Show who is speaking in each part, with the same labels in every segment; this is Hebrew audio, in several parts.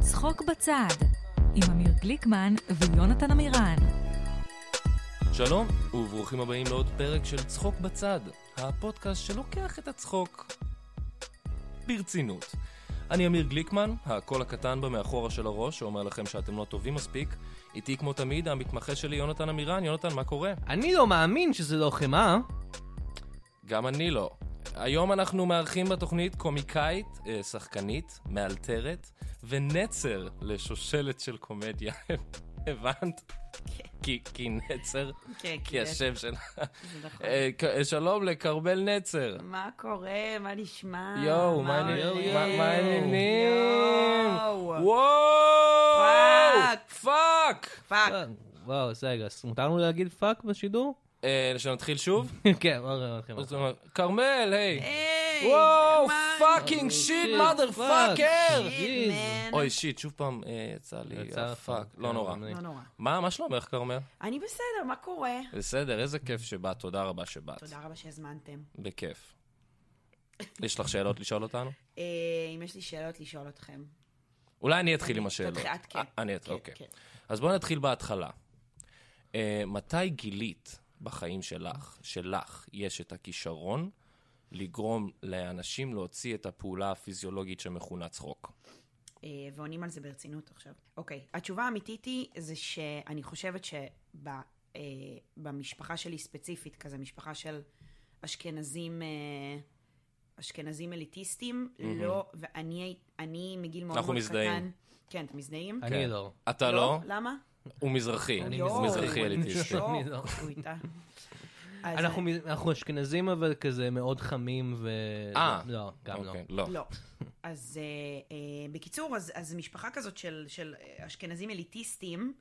Speaker 1: צחוק בצד, עם אמיר גליקמן ויונתן עמירן.
Speaker 2: שלום, וברוכים הבאים לעוד פרק של צחוק בצד, הפודקאסט שלוקח את הצחוק ברצינות. אני אמיר גליקמן, הקול הקטן במאחורה של הראש, שאומר לכם שאתם לא טובים מספיק. איתי כמו תמיד, המתמחה שלי יונתן עמירן. יונתן, מה קורה?
Speaker 3: אני לא מאמין שזה לא חמאה.
Speaker 2: גם אני לא. היום אנחנו מארחים בתוכנית קומיקאית, אה, שחקנית, מאלתרת ונצר לשושלת של קומדיה. הבנת? כי, כי נצר,
Speaker 4: כן,
Speaker 2: כי
Speaker 4: כן,
Speaker 2: השם שלה.
Speaker 4: זה נכון.
Speaker 2: אה, ק- אה, שלום לכרמל נצר.
Speaker 4: מה קורה? מה נשמע?
Speaker 2: יואו, מה
Speaker 4: הולך?
Speaker 2: העניינים? מה- מה העניינים?
Speaker 4: יואו.
Speaker 2: וואו!
Speaker 4: פאק.
Speaker 2: פאק!
Speaker 4: פאק.
Speaker 3: וואו, זה רגע, אז מותר לנו להגיד פאק בשידור?
Speaker 2: אה, שנתחיל שוב?
Speaker 4: נכון.
Speaker 3: כן, מה רע לכם?
Speaker 2: כרמל, היי!
Speaker 4: היי, אה,
Speaker 2: וואו,
Speaker 4: מה-
Speaker 2: פאקינג
Speaker 3: shit,
Speaker 2: שיט, מאדר פאקר!
Speaker 3: fuck.
Speaker 4: שיט, מן.
Speaker 2: אוי, שיט, שוב פעם אה, יצא לי,
Speaker 3: יצא
Speaker 2: אה, פאק,
Speaker 3: פאק,
Speaker 2: לא
Speaker 3: כן,
Speaker 2: נורא.
Speaker 3: אני-
Speaker 4: לא נורא.
Speaker 2: מה, מה שלומך, כרמל?
Speaker 4: אני בסדר, מה קורה?
Speaker 2: בסדר, איזה כיף שבאת, תודה רבה שבאת.
Speaker 4: תודה רבה שהזמנתם.
Speaker 2: בכיף. יש לך שאלות לשאול אותנו?
Speaker 4: אה, אם יש לי שאלות לשאול אתכם.
Speaker 2: אולי אני אתחיל
Speaker 4: אני-
Speaker 2: עם השאלות.
Speaker 4: תתחיל, את כן.
Speaker 2: אה, אני אתחיל,
Speaker 4: כן,
Speaker 2: אוקיי.
Speaker 4: כן.
Speaker 2: אז בואי נתחיל בהתחלה. Uh, מתי גילית בחיים שלך, שלך, יש את הכישרון לגרום לאנשים להוציא את הפעולה הפיזיולוגית שמכונה צחוק?
Speaker 4: אה, ועונים על זה ברצינות עכשיו. אוקיי, התשובה האמיתית היא, זה שאני חושבת שבמשפחה שלי ספציפית, כזה משפחה של אשכנזים, אה, אשכנזים אליטיסטים, לא, ואני הי- אני מגיל מאוד מאוד
Speaker 2: אנחנו
Speaker 4: קטן...
Speaker 2: מזדהים.
Speaker 4: כן, אתם מזדהים?
Speaker 3: אני לא.
Speaker 2: אתה לא?
Speaker 4: למה?
Speaker 2: הוא מזרחי.
Speaker 3: אני
Speaker 4: יואו,
Speaker 2: הוא מזרחי
Speaker 4: אני
Speaker 2: אליטיסטי.
Speaker 4: בשוק,
Speaker 3: אני לא.
Speaker 4: הוא איתה. אז,
Speaker 3: אנחנו מ- אנחנו אשכנזים אבל כזה מאוד חמים ו...
Speaker 2: אה,
Speaker 3: לא, גם לא.
Speaker 2: אוקיי, לא.
Speaker 4: לא. אז אה, אה, בקיצור, אז, אז משפחה כזאת של, של אה, אשכנזים אליטיסטים,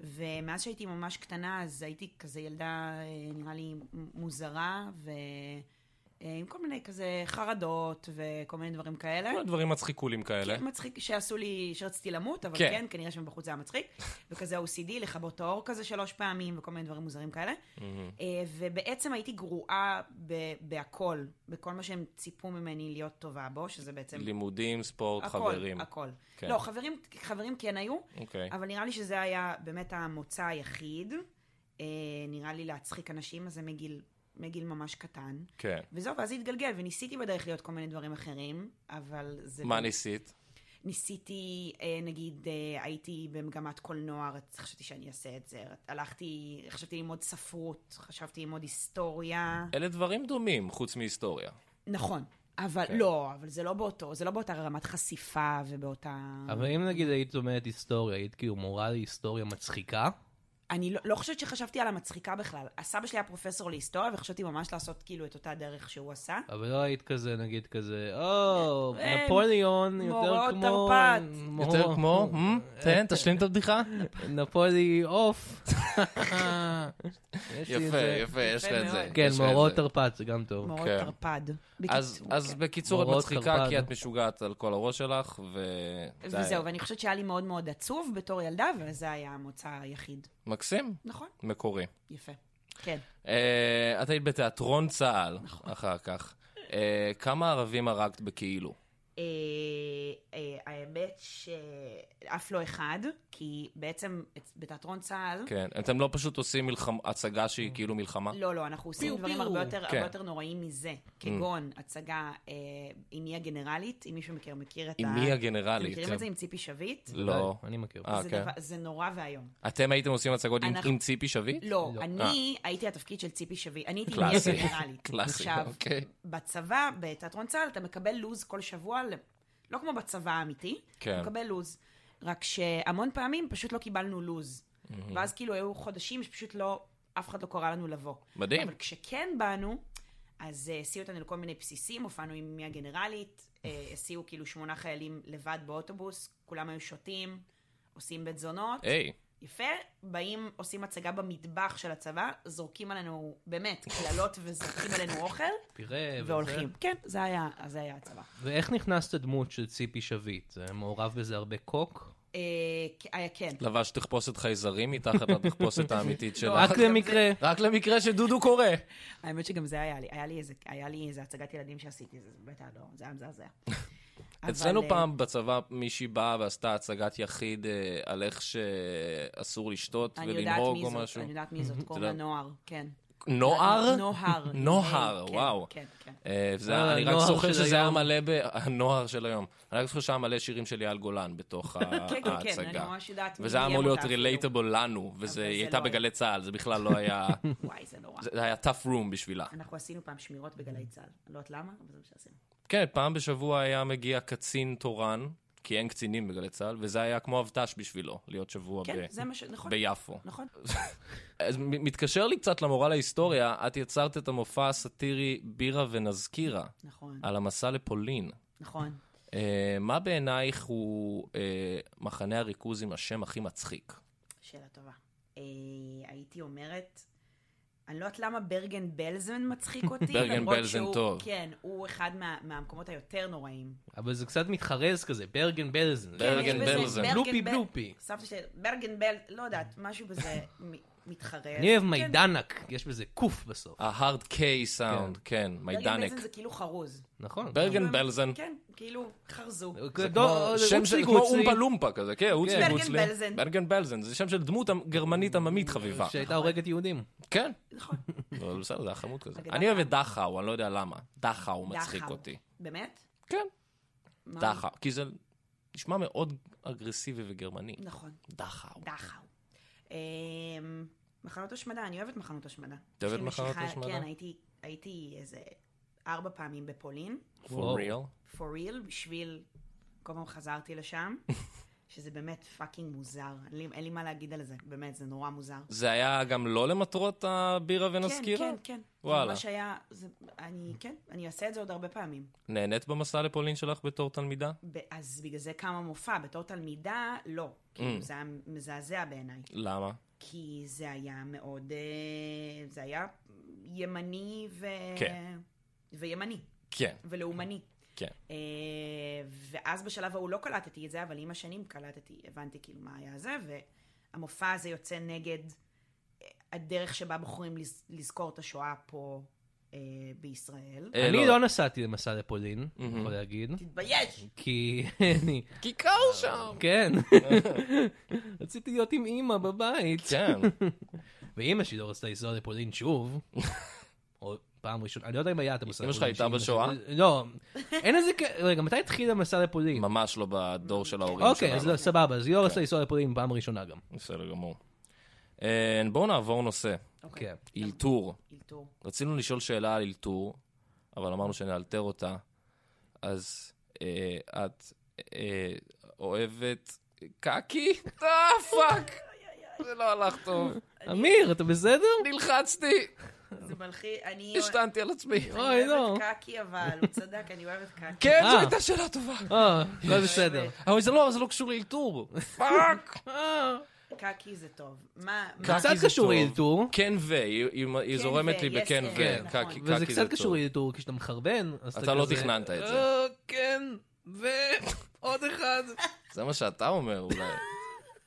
Speaker 4: ומאז שהייתי ממש קטנה, אז הייתי כזה ילדה, אה, נראה לי, מ- מוזרה, ועם כל מיני כזה חרדות וכל מיני דברים כאלה.
Speaker 2: כל הדברים מצחיקולים כאלה.
Speaker 4: מצחיק שעשו לי, שרציתי למות, אבל
Speaker 2: כן.
Speaker 4: כן, כן כנראה שבחוץ זה היה מצחיק. וכזה OCD, לכבות את האור כזה שלוש פעמים, וכל מיני דברים מוזרים כאלה. אה, ובעצם הייתי גרועה ב- בהכל, בכל מה שהם ציפו ממני להיות טובה בו, שזה בעצם...
Speaker 2: לימודים, ספורט,
Speaker 4: הכל,
Speaker 2: חברים.
Speaker 4: הכל.
Speaker 2: כן.
Speaker 4: לא, חברים, חברים כן היו,
Speaker 2: אוקיי.
Speaker 4: אבל נראה לי שזה היה באמת המוצא היחיד. אה, נראה לי להצחיק אנשים, אז זה מגיל, מגיל ממש קטן.
Speaker 2: כן.
Speaker 4: וזהו, ואז זה התגלגל, וניסיתי בדרך להיות כל מיני דברים אחרים, אבל זה... לא-
Speaker 2: מה ניסית?
Speaker 4: ניסיתי, אה, נגיד, אה, הייתי במגמת קולנוע, רצ- חשבתי שאני אעשה את זה. הלכתי, חשבתי ללמוד ספרות, חשבתי ללמוד היסטוריה.
Speaker 2: אלה דברים דומים, חוץ מהיסטוריה.
Speaker 4: נכון, אבל
Speaker 2: כן.
Speaker 4: לא, אבל זה לא באותו, זה לא באותה רמת חשיפה ובאותה...
Speaker 3: אבל אם נגיד היית לומדת היסטוריה, היית כאילו מורה להיסטוריה מצחיקה?
Speaker 4: אני לא, לא חושבת שחשבתי על המצחיקה בכלל. הסבא שלי היה פרופסור להיסטוריה, וחשבתי ממש לעשות כאילו את אותה דרך שהוא עשה.
Speaker 3: אבל לא היית כזה, נגיד כזה, או,
Speaker 4: אה,
Speaker 3: נפוליאון, יותר
Speaker 4: מורות
Speaker 3: כמו...
Speaker 4: תרפ"ט.
Speaker 3: מורות-
Speaker 2: יותר כמו? אה, Hmm? תן, תשלים את הבדיחה.
Speaker 3: נפולי עוף. יש לי את
Speaker 2: יפה,
Speaker 3: זה.
Speaker 2: יפה, יש לך את זה.
Speaker 4: מאוד.
Speaker 3: כן,
Speaker 2: יש לך את
Speaker 3: מאורעות
Speaker 2: זה.
Speaker 3: תרפ"ט זה גם טוב.
Speaker 4: מורות
Speaker 2: כן.
Speaker 4: תרפד.
Speaker 2: אז,
Speaker 4: בקיצור,
Speaker 2: אז
Speaker 4: כן.
Speaker 2: בקיצור, את
Speaker 3: מורות
Speaker 2: מצחיקה
Speaker 3: קרפד.
Speaker 2: כי את משוגעת על כל הראש שלך, ו... די.
Speaker 4: וזהו, ואני חושבת שהיה לי מאוד מאוד עצוב בתור ילדה, וזה היה המוצא היחיד.
Speaker 2: מקסים,
Speaker 4: נכון?
Speaker 2: מקורי.
Speaker 4: יפה. כן.
Speaker 2: Uh, את היית בתיאטרון צה"ל
Speaker 4: נכון.
Speaker 2: אחר כך. Uh, כמה ערבים הרגת בכאילו?
Speaker 4: אה, אה, האמת שאף לא אחד, כי בעצם בתיאטרון צה"ל...
Speaker 2: כן. אתם לא פשוט עושים מלחמ... הצגה שהיא כאילו מלחמה?
Speaker 4: לא, לא, אנחנו עושים דברים הרבה יותר,
Speaker 2: כן. Mm.
Speaker 4: הרבה יותר נוראים מזה, כגון הצגה אה, עם מי הגנרלית, אם מישהו מכיר, מכיר את
Speaker 2: עם כן.
Speaker 4: ה...
Speaker 2: מי
Speaker 4: אה, אתם
Speaker 2: הגנרלית?
Speaker 4: מכירים את זה עם ציפי שביט?
Speaker 2: לא.
Speaker 3: אני מכיר.
Speaker 2: אה,
Speaker 4: זה,
Speaker 2: כן.
Speaker 4: דבר, זה נורא ואיום.
Speaker 2: אתם הייתם עושים הצגות עם,
Speaker 4: אנחנו-
Speaker 2: עם ציפי שביט?
Speaker 4: לא, אני הייתי התפקיד של ציפי שביט, אני הייתי עם מי
Speaker 2: אה. קלאסי.
Speaker 4: הגנרלית.
Speaker 2: קלאסי,
Speaker 4: עכשיו,
Speaker 2: אוקיי.
Speaker 4: בצבא, בתיאטרון צה"ל, אתה מקבל לו"ז כל שבוע, ל- לא כמו בצבא האמיתי,
Speaker 2: כן.
Speaker 4: אתה מקבל לו"ז. רק שהמון פעמים פשוט לא קיבלנו לו"ז. ואז כאילו היו חודשים שפשוט לא, אף אחד לא קרא לנו לבוא.
Speaker 2: מדהים.
Speaker 4: אבל כשכן באנו, אז אה, הסיעו אותנו לכל מיני בסיסים, הופענו עם מי הגנרלית, אה, הסיעו כאילו שמונה חיילים לבד באוטובוס, כולם היו שותים, עושים בית זונות.
Speaker 2: היי,
Speaker 4: יפה, באים, עושים הצגה במטבח של הצבא, זורקים עלינו, באמת, קללות וזורקים עלינו אוכל,
Speaker 2: אה,
Speaker 3: תראה, וזה-
Speaker 4: והולכים. כן, זה היה, זה היה הצבא.
Speaker 3: ואיך נכנסת הדמות של ציפי שביט? זה מעורב בזה הרבה קוק?
Speaker 4: אה, כ- היה כן.
Speaker 2: לבש תחפושת חייזרים מתחת לתחפושת
Speaker 4: לא,
Speaker 2: האמיתית שלך.
Speaker 3: רק
Speaker 4: אבל זה-
Speaker 3: למקרה.
Speaker 2: רק למקרה שדודו קורא.
Speaker 4: האמת שגם זה היה לי, היה לי איזה, היה לי איזה הצגת ילדים שעשיתי, זה זה בטח לא, זה היה מזעזע. אבל,
Speaker 2: אצלנו
Speaker 4: אה,
Speaker 2: פעם בצבא מישהי באה ועשתה הצגת יחיד אה, על איך שאסור לשתות
Speaker 4: אני יודעת מי
Speaker 2: ולנהוג או
Speaker 4: זאת,
Speaker 2: משהו.
Speaker 4: אני יודעת מי זאת, קוראים לה נוער, כן.
Speaker 2: נוער?
Speaker 4: נוהר. אה,
Speaker 2: נוהר,
Speaker 4: כן,
Speaker 2: וואו.
Speaker 4: כן, כן.
Speaker 2: אה, וזה-
Speaker 3: אה,
Speaker 2: אני רק
Speaker 3: הנוער
Speaker 2: זוכר
Speaker 3: של
Speaker 2: שזה היה
Speaker 3: היום.
Speaker 2: מלא ב... הנוער של היום. אני רק זוכר שהיה מלא שירים של אייל גולן בתוך ה-
Speaker 4: כן, כן, כן, אני
Speaker 2: ההצגה.
Speaker 4: ממש יודעת מי
Speaker 2: אה, וזה היה
Speaker 4: ביים
Speaker 2: אמור להיות
Speaker 4: אותה אפילו.
Speaker 2: רילייטבול לנו, וזה
Speaker 4: זה
Speaker 2: היא
Speaker 4: לא
Speaker 2: הייתה
Speaker 4: היה.
Speaker 2: בגלי צה"ל, זה בכלל לא היה...
Speaker 4: וואי, זה נורא.
Speaker 2: זה היה tough room בשבילה.
Speaker 4: אנחנו עשינו פעם שמירות בגלי צה"ל. אני לא יודעת למה, אבל זה מה שעשינו.
Speaker 2: כן, פעם בשבוע היה מגיע קצין תורן, כי אין קצינים בגלי צה"ל, וזה היה כמו אבט"ש בשבילו, להיות שבוע
Speaker 4: כן,
Speaker 2: ב-
Speaker 4: זה מה ש... נכון.
Speaker 2: ביפו.
Speaker 4: נכון.
Speaker 2: אז מ- מתקשר לי קצת למורה להיסטוריה, את יצרת את המופע הסאטירי בירה ונזכירה,
Speaker 4: נכון,
Speaker 2: על המסע לפולין.
Speaker 4: נכון.
Speaker 2: אה, מה בעינייך הוא אה, מחנה הריכוז עם השם הכי מצחיק?
Speaker 4: שאלה טובה. אה, הייתי אומרת, אני לא יודעת למה ברגן בלזן מצחיק אותי.
Speaker 2: ברגן
Speaker 4: למרות
Speaker 2: בלזן
Speaker 4: שהוא-
Speaker 2: טוב.
Speaker 4: כן, הוא אחד מה- מהמקומות היותר נוראים.
Speaker 3: אבל זה קצת מתחרז כזה, ברגן בלזן.
Speaker 2: כן, ברגן
Speaker 4: יש בזה-
Speaker 2: בלזן.
Speaker 4: ברגן כן.
Speaker 3: בלופי
Speaker 4: בל-
Speaker 3: בלופי.
Speaker 4: סבתא שלי, ברגן בל... לא יודעת, משהו בזה מ- מתחרז.
Speaker 3: אני אוהב
Speaker 4: כן,
Speaker 3: מיידנק, יש בזה קוף בסוף.
Speaker 2: ההארד קיי סאונד, כן,
Speaker 4: ברגן
Speaker 2: מיידנק.
Speaker 4: בלזן זה כאילו חרוז.
Speaker 3: נכון.
Speaker 2: ברגן בלזן.
Speaker 4: כן, כאילו חרזו.
Speaker 2: זה
Speaker 3: זה לא
Speaker 2: כמו שם של כמו אומפה לומפה כזה, כן, הוצלי
Speaker 4: ברגן
Speaker 2: גוצלי.
Speaker 4: בלזן.
Speaker 2: ברגן בלזן. זה שם של דמות גרמנית עממית חביבה.
Speaker 3: שהייתה הורגת יהודים.
Speaker 2: כן,
Speaker 4: נכון.
Speaker 2: אבל בסדר, זה היה חמוד כזה.
Speaker 4: אגדה.
Speaker 2: אני אוהב את דחאו, אני לא יודע למה. דחאו מצחיק
Speaker 4: דחאו.
Speaker 2: אותי.
Speaker 4: באמת?
Speaker 2: כן,
Speaker 4: מה?
Speaker 2: דחאו. כי זה נשמע מאוד אגרסיבי וגרמני.
Speaker 4: נכון,
Speaker 2: דחאו.
Speaker 4: דחאו. אמ, מחנות השמדה, אני אוהבת מחנות השמדה.
Speaker 2: אתה אוהבת
Speaker 4: שמשיכה-
Speaker 2: מחנות השמדה?
Speaker 4: כן, הייתי- הייתי איזה ארבע פעמים בפולין.
Speaker 2: For
Speaker 3: וואו.
Speaker 2: real?
Speaker 4: for real, בשביל... כל פעם חזרתי לשם, שזה באמת פאקינג מוזר. אין לי, אין לי מה להגיד על זה, באמת, זה נורא מוזר.
Speaker 2: זה היה גם לא למטרות הבירה ונזכירה?
Speaker 4: כן, כן, כן.
Speaker 2: וואלה.
Speaker 4: זה ממש היה... זה, אני, כן, אני אעשה את זה עוד הרבה פעמים.
Speaker 2: נהנית במסע לפולין שלך בתור תלמידה?
Speaker 4: ב- אז בגלל זה קם המופע, בתור תלמידה, לא.
Speaker 2: Mm.
Speaker 4: כאילו, זה היה מזעזע בעיניי.
Speaker 2: למה?
Speaker 4: כי זה היה מאוד... אה, זה היה ימני ו...
Speaker 2: כן.
Speaker 4: וימני,
Speaker 2: כן,
Speaker 4: ולאומני.
Speaker 2: כן.
Speaker 4: אה, ואז בשלב ההוא לא קלטתי את זה, אבל עם השנים קלטתי, הבנתי כאילו מה היה זה, והמופע הזה יוצא נגד אה, הדרך שבה בוחרים לז- לזכור את השואה פה אה, בישראל.
Speaker 2: אה,
Speaker 3: אני
Speaker 2: לא.
Speaker 3: לא נסעתי למסע לפולין, יכול להגיד.
Speaker 2: כן.
Speaker 4: תתבייש!
Speaker 3: כי אני...
Speaker 2: כי קר שם!
Speaker 3: כן. רציתי להיות עם אימא בבית.
Speaker 2: אה. כן,
Speaker 3: ואימא שלי לא רצתה לנסוע לפולין שוב. או פעם ראשונה, אני לא יודע אם היה את המסע
Speaker 2: אמא שלך
Speaker 3: לפולין.
Speaker 2: הייתה
Speaker 3: שאמא
Speaker 2: בשואה?
Speaker 3: שלי- לא, אין איזה... כ- רגע, מתי התחיל המסע לפולין?
Speaker 2: ממש לא בדור של ההורים שלנו.
Speaker 3: אוקיי, אז לא, סבבה, אז היא לא רצתה לנסוע לפולין פעם ראשונה גם.
Speaker 2: בסדר גמור. אה, בואו נעבור נושא.
Speaker 4: אוקיי,
Speaker 3: כן.
Speaker 2: אילתור.
Speaker 4: אלתור.
Speaker 2: רצינו לשאול שאלה על אילתור, אבל אמרנו שנאלתר אותה. אז אה, את אה, אוהבת קקי? אה, פאק! זה לא הלך טוב.
Speaker 3: אמיר, אתה בסדר?
Speaker 2: נלחצתי, אה.
Speaker 4: זה מלחיץ, אני
Speaker 2: השתנתי על עצמי.
Speaker 4: אני
Speaker 3: אוי, לא.
Speaker 4: אוהבת קקי, אבל הוא צדק, אני אוהבת קקי.
Speaker 2: אה, כן, זו
Speaker 3: אה.
Speaker 2: הייתה שאלה טובה.
Speaker 3: אה, הכל בסדר.
Speaker 2: אבל זה לא, זה לא קשור לאלתור. פאק!
Speaker 3: אה,
Speaker 4: קקי זה טוב. מה, מה-
Speaker 2: קקי
Speaker 3: קצת
Speaker 2: זה
Speaker 3: קשור
Speaker 2: טוב.
Speaker 3: לאלתור.
Speaker 2: כן ו, היא- היא היא
Speaker 4: כן
Speaker 2: זורמת
Speaker 4: ו,
Speaker 2: לי
Speaker 4: yes
Speaker 2: בכן
Speaker 4: and,
Speaker 2: ו,
Speaker 4: נכון.
Speaker 2: קקי
Speaker 3: וזה
Speaker 2: קקי זה
Speaker 3: קצת
Speaker 2: טוב.
Speaker 3: קשור לאלתור, כשאתה מחרבן, אז
Speaker 2: אתה לא
Speaker 3: כזה,
Speaker 2: תכננת את זה.
Speaker 3: "אה, כן, ועוד אחד.
Speaker 2: זה מה שאתה אומר אולי.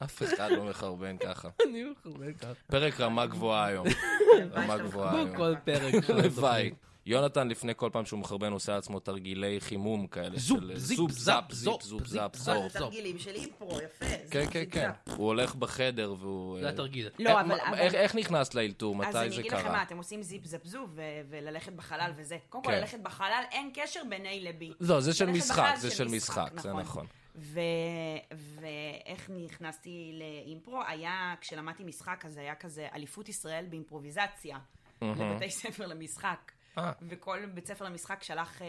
Speaker 2: אף אחד לא מחרבן ככה.
Speaker 3: אני מחרבן ככה.
Speaker 2: פרק רמה גבוהה היום.
Speaker 4: כן,
Speaker 2: רמה גבוהה
Speaker 3: כמו
Speaker 2: היום.
Speaker 3: כל פרק. של
Speaker 2: הלוואי.
Speaker 3: התוכנית.
Speaker 2: יונתן לפני כל פעם שהוא מחרבן עושה לעצמו תרגילי חימום כאלה
Speaker 3: זופ,
Speaker 2: של
Speaker 3: זיפ,
Speaker 2: זופ,
Speaker 3: זאפ,
Speaker 2: זאפ, זיפ,
Speaker 3: זופ,
Speaker 2: זופ,
Speaker 3: זיפ,
Speaker 2: זאפ,
Speaker 3: זאפ.
Speaker 2: זופ.
Speaker 4: התרגילים של אימפרו, יפה. זה
Speaker 2: כן,
Speaker 4: מה
Speaker 2: כן,
Speaker 4: שזה.
Speaker 2: כן. הוא הולך בחדר והוא...
Speaker 3: זה
Speaker 2: אה,
Speaker 3: התרגיל.
Speaker 4: לא,
Speaker 2: אה,
Speaker 4: אבל-
Speaker 2: מה-
Speaker 4: אבל-
Speaker 2: איך- איך נכנסת לאלתור?
Speaker 4: אז אני
Speaker 2: מתי זה
Speaker 4: אגיד לכם מה,
Speaker 2: קרה?
Speaker 4: אתם עושים זיפ זאפ זו ו- וללכת בחלל וזה. קודם כל,
Speaker 2: כן.
Speaker 4: ללכת בחלל, אין קשר ביני לבי.
Speaker 2: לא, זה של
Speaker 4: ללכת
Speaker 2: משחק,
Speaker 4: בחלל
Speaker 2: זה של משחק, זה נכון.
Speaker 4: ו- ואיך נכנסתי לאימפרו, היה, כשלמדתי משחק, אז היה כזה אליפות ישראל באימפרוביזציה, לבתי ספר למשחק.
Speaker 2: אה.
Speaker 4: וכל בית ספר למשחק שלח אה,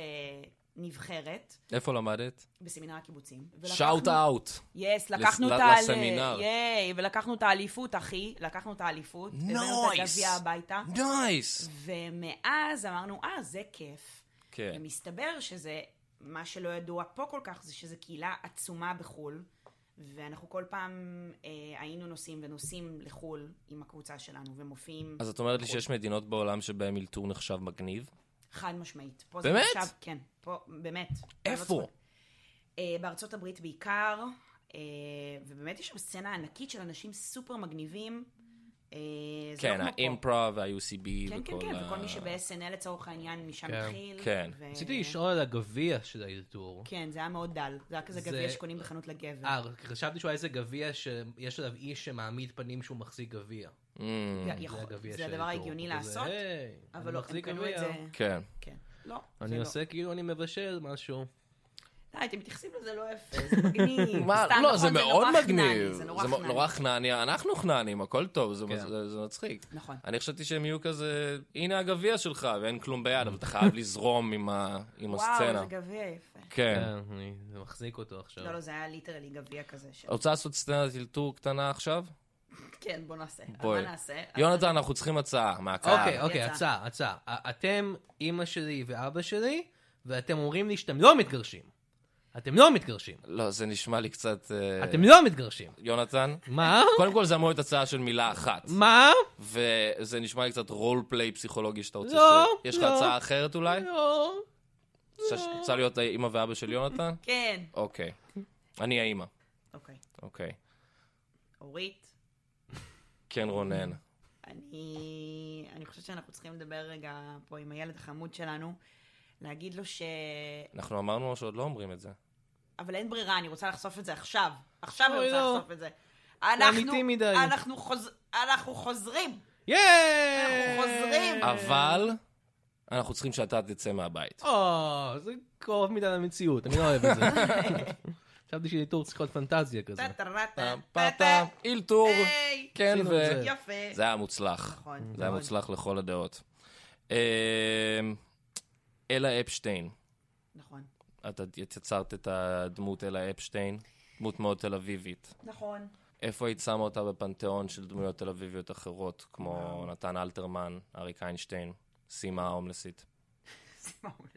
Speaker 4: נבחרת
Speaker 2: איפה למדת?
Speaker 4: בסמינר הקיבוצים.
Speaker 2: שאוט אאוט.
Speaker 4: יס,
Speaker 2: לס-
Speaker 4: לקחנו
Speaker 2: ל-
Speaker 4: את ה...
Speaker 2: לסמינר.
Speaker 4: ייי, ולקחנו את האליפות, אחי. לקחנו את האליפות. הבאנו את
Speaker 2: Nice.
Speaker 4: הגביע הביתה.
Speaker 2: נייס!
Speaker 4: ומאז אמרנו, אה, זה כיף.
Speaker 2: כן.
Speaker 4: ומסתבר שזה, מה שלא ידוע פה כל כך, זה שזו קהילה עצומה בחו"ל, ואנחנו כל פעם אה, היינו נוסעים ונוסעים לחו"ל עם הקבוצה שלנו, ומופיעים
Speaker 2: אז את אומרת לי שיש מדינות בעולם שבהן אלתור נחשב מגניב?
Speaker 4: חד משמעית. פה
Speaker 2: באמת?
Speaker 4: זה נחשב, כן, פה, באמת.
Speaker 2: איפה?
Speaker 4: אני לא צוחקת. אה, בארצות הברית בעיקר, אה, ובאמת יש שם סצנה ענקית של אנשים סופר מגניבים. אה, זה
Speaker 2: כן,
Speaker 4: לא כמו פה.
Speaker 2: האימפרה וה-UCB
Speaker 4: כן,
Speaker 2: וכל
Speaker 4: כן, כן,
Speaker 2: ה-
Speaker 4: וכל מי שב-SNL לצורך העניין משם
Speaker 3: כן.
Speaker 4: התחיל.
Speaker 2: כן.
Speaker 4: ו-
Speaker 3: רציתי לשאול על הגביע של האלתור.
Speaker 4: אה. כן, זה היה מאוד דל. זה היה כזה
Speaker 3: זה-
Speaker 4: גביע שקונים בחנות לגבר.
Speaker 3: אה, חשבתי שהוא היה איזה גביע שיש עליו איש שמעמיד פנים שהוא מחזיק גביע.
Speaker 2: Mm,
Speaker 4: זה יכול- זה הדבר ההגיוני לעשות, אבל לא, הם קנו את זה...
Speaker 2: כן.
Speaker 4: כן. לא, זה
Speaker 3: אני
Speaker 4: לא.
Speaker 3: עושה כאילו אני מבשל משהו.
Speaker 4: די, אתם מתייחסים לזה לא יפה, זה מגניב.
Speaker 2: מה,
Speaker 4: סתם,
Speaker 2: לא,
Speaker 4: נכון,
Speaker 2: זה מאוד
Speaker 4: נורא
Speaker 2: מגניב.
Speaker 4: חנני, זה נורא חנני.
Speaker 2: נורא חנני, אנחנו חננים, הכל טוב, זה-
Speaker 3: כן.
Speaker 2: זה זה מצחיק.
Speaker 4: נכון.
Speaker 2: אני חשבתי שהם יהיו כזה, הנה הגביע שלך, ואין כלום ביד, אבל אתה חייב לזרום עם ה- עם
Speaker 4: וואו,
Speaker 2: הסצנה.
Speaker 4: זה גביע יפה.
Speaker 2: כן.
Speaker 3: כן, אני זה מחזיק אותו עכשיו.
Speaker 4: לא, לא, זה היה ליטרלי גביע כזה. של-
Speaker 2: רוצה לעשות סצנת אלתור קטנה עכשיו?
Speaker 4: כן, בוא נעשה. אבל
Speaker 2: אוקיי. בואי.
Speaker 4: מה נעשה?
Speaker 2: יונתן, אנחנו צריכים הצעה מהקהל.
Speaker 3: אוקיי, אוקיי,
Speaker 4: יצא.
Speaker 3: הצעה, הצעה. א- אתם, אימא שלי ואבא שלי, ואתם אומרים לי שאתם לא מתגרשים. אתם לא מתגרשים.
Speaker 2: לא, זה נשמע לי קצת... אה,
Speaker 3: אתם לא מתגרשים.
Speaker 2: יונתן?
Speaker 3: מה?
Speaker 2: קודם כל זה אמור להיות הצעה של מילה אחת.
Speaker 3: מה?
Speaker 2: וזה נשמע לי קצת רול פליי פסיכולוגי שאתה רוצה
Speaker 3: לא,
Speaker 2: ש... יש לך
Speaker 3: לא.
Speaker 2: הצעה אחרת אולי?
Speaker 3: לא.
Speaker 2: רוצה- רוצה להיות האימא ואבא של יונתן?
Speaker 4: כן.
Speaker 2: אוקיי. אני האימא.
Speaker 4: אוקיי.
Speaker 2: אוקיי.
Speaker 4: אורית,
Speaker 2: כן, רונן.
Speaker 4: אני אני חושבת שאנחנו צריכים לדבר רגע פה עם הילד החמוד שלנו, להגיד לו ש...
Speaker 2: אנחנו אמרנו שעוד לא אומרים את זה.
Speaker 4: אבל אין ברירה, אני רוצה לחשוף את זה עכשיו. עכשיו אני
Speaker 3: אוי,
Speaker 4: רוצה
Speaker 3: לא.
Speaker 4: לחשוף את זה. אנחנו,
Speaker 3: אמיתי מדי.
Speaker 4: אנחנו, חוז... אנחנו חוזרים.
Speaker 3: ייי!
Speaker 4: אנחנו חוזרים.
Speaker 2: אבל אנחנו צריכים שאתה תצא מהבית.
Speaker 3: או, זה קרוב מדי למציאות, אני לא אוהב את זה. חשבתי שליטור צריך להיות פנטזיה כזה.
Speaker 4: טה-טה-טה-טה.
Speaker 2: פעם, פעם, פעם, אילתור.
Speaker 4: היי.
Speaker 2: כן,
Speaker 3: עשינו
Speaker 2: ו...
Speaker 3: את זה.
Speaker 4: יפה.
Speaker 2: זה היה מוצלח.
Speaker 4: נכון.
Speaker 2: זה היה
Speaker 4: מאוד.
Speaker 2: מוצלח לכל הדעות. אמ, אלה אפשטיין.
Speaker 4: נכון.
Speaker 2: את את יצרת את הדמות אלה אפשטיין, דמות מאוד תל אביבית.
Speaker 4: נכון.
Speaker 2: איפה היית שמה אותה בפנתיאון של דמויות תל אביביות אחרות, כמו
Speaker 4: וואו.
Speaker 2: נתן אלתרמן, אריק איינשטיין, סימה ההומלסית?
Speaker 4: זה מעולה.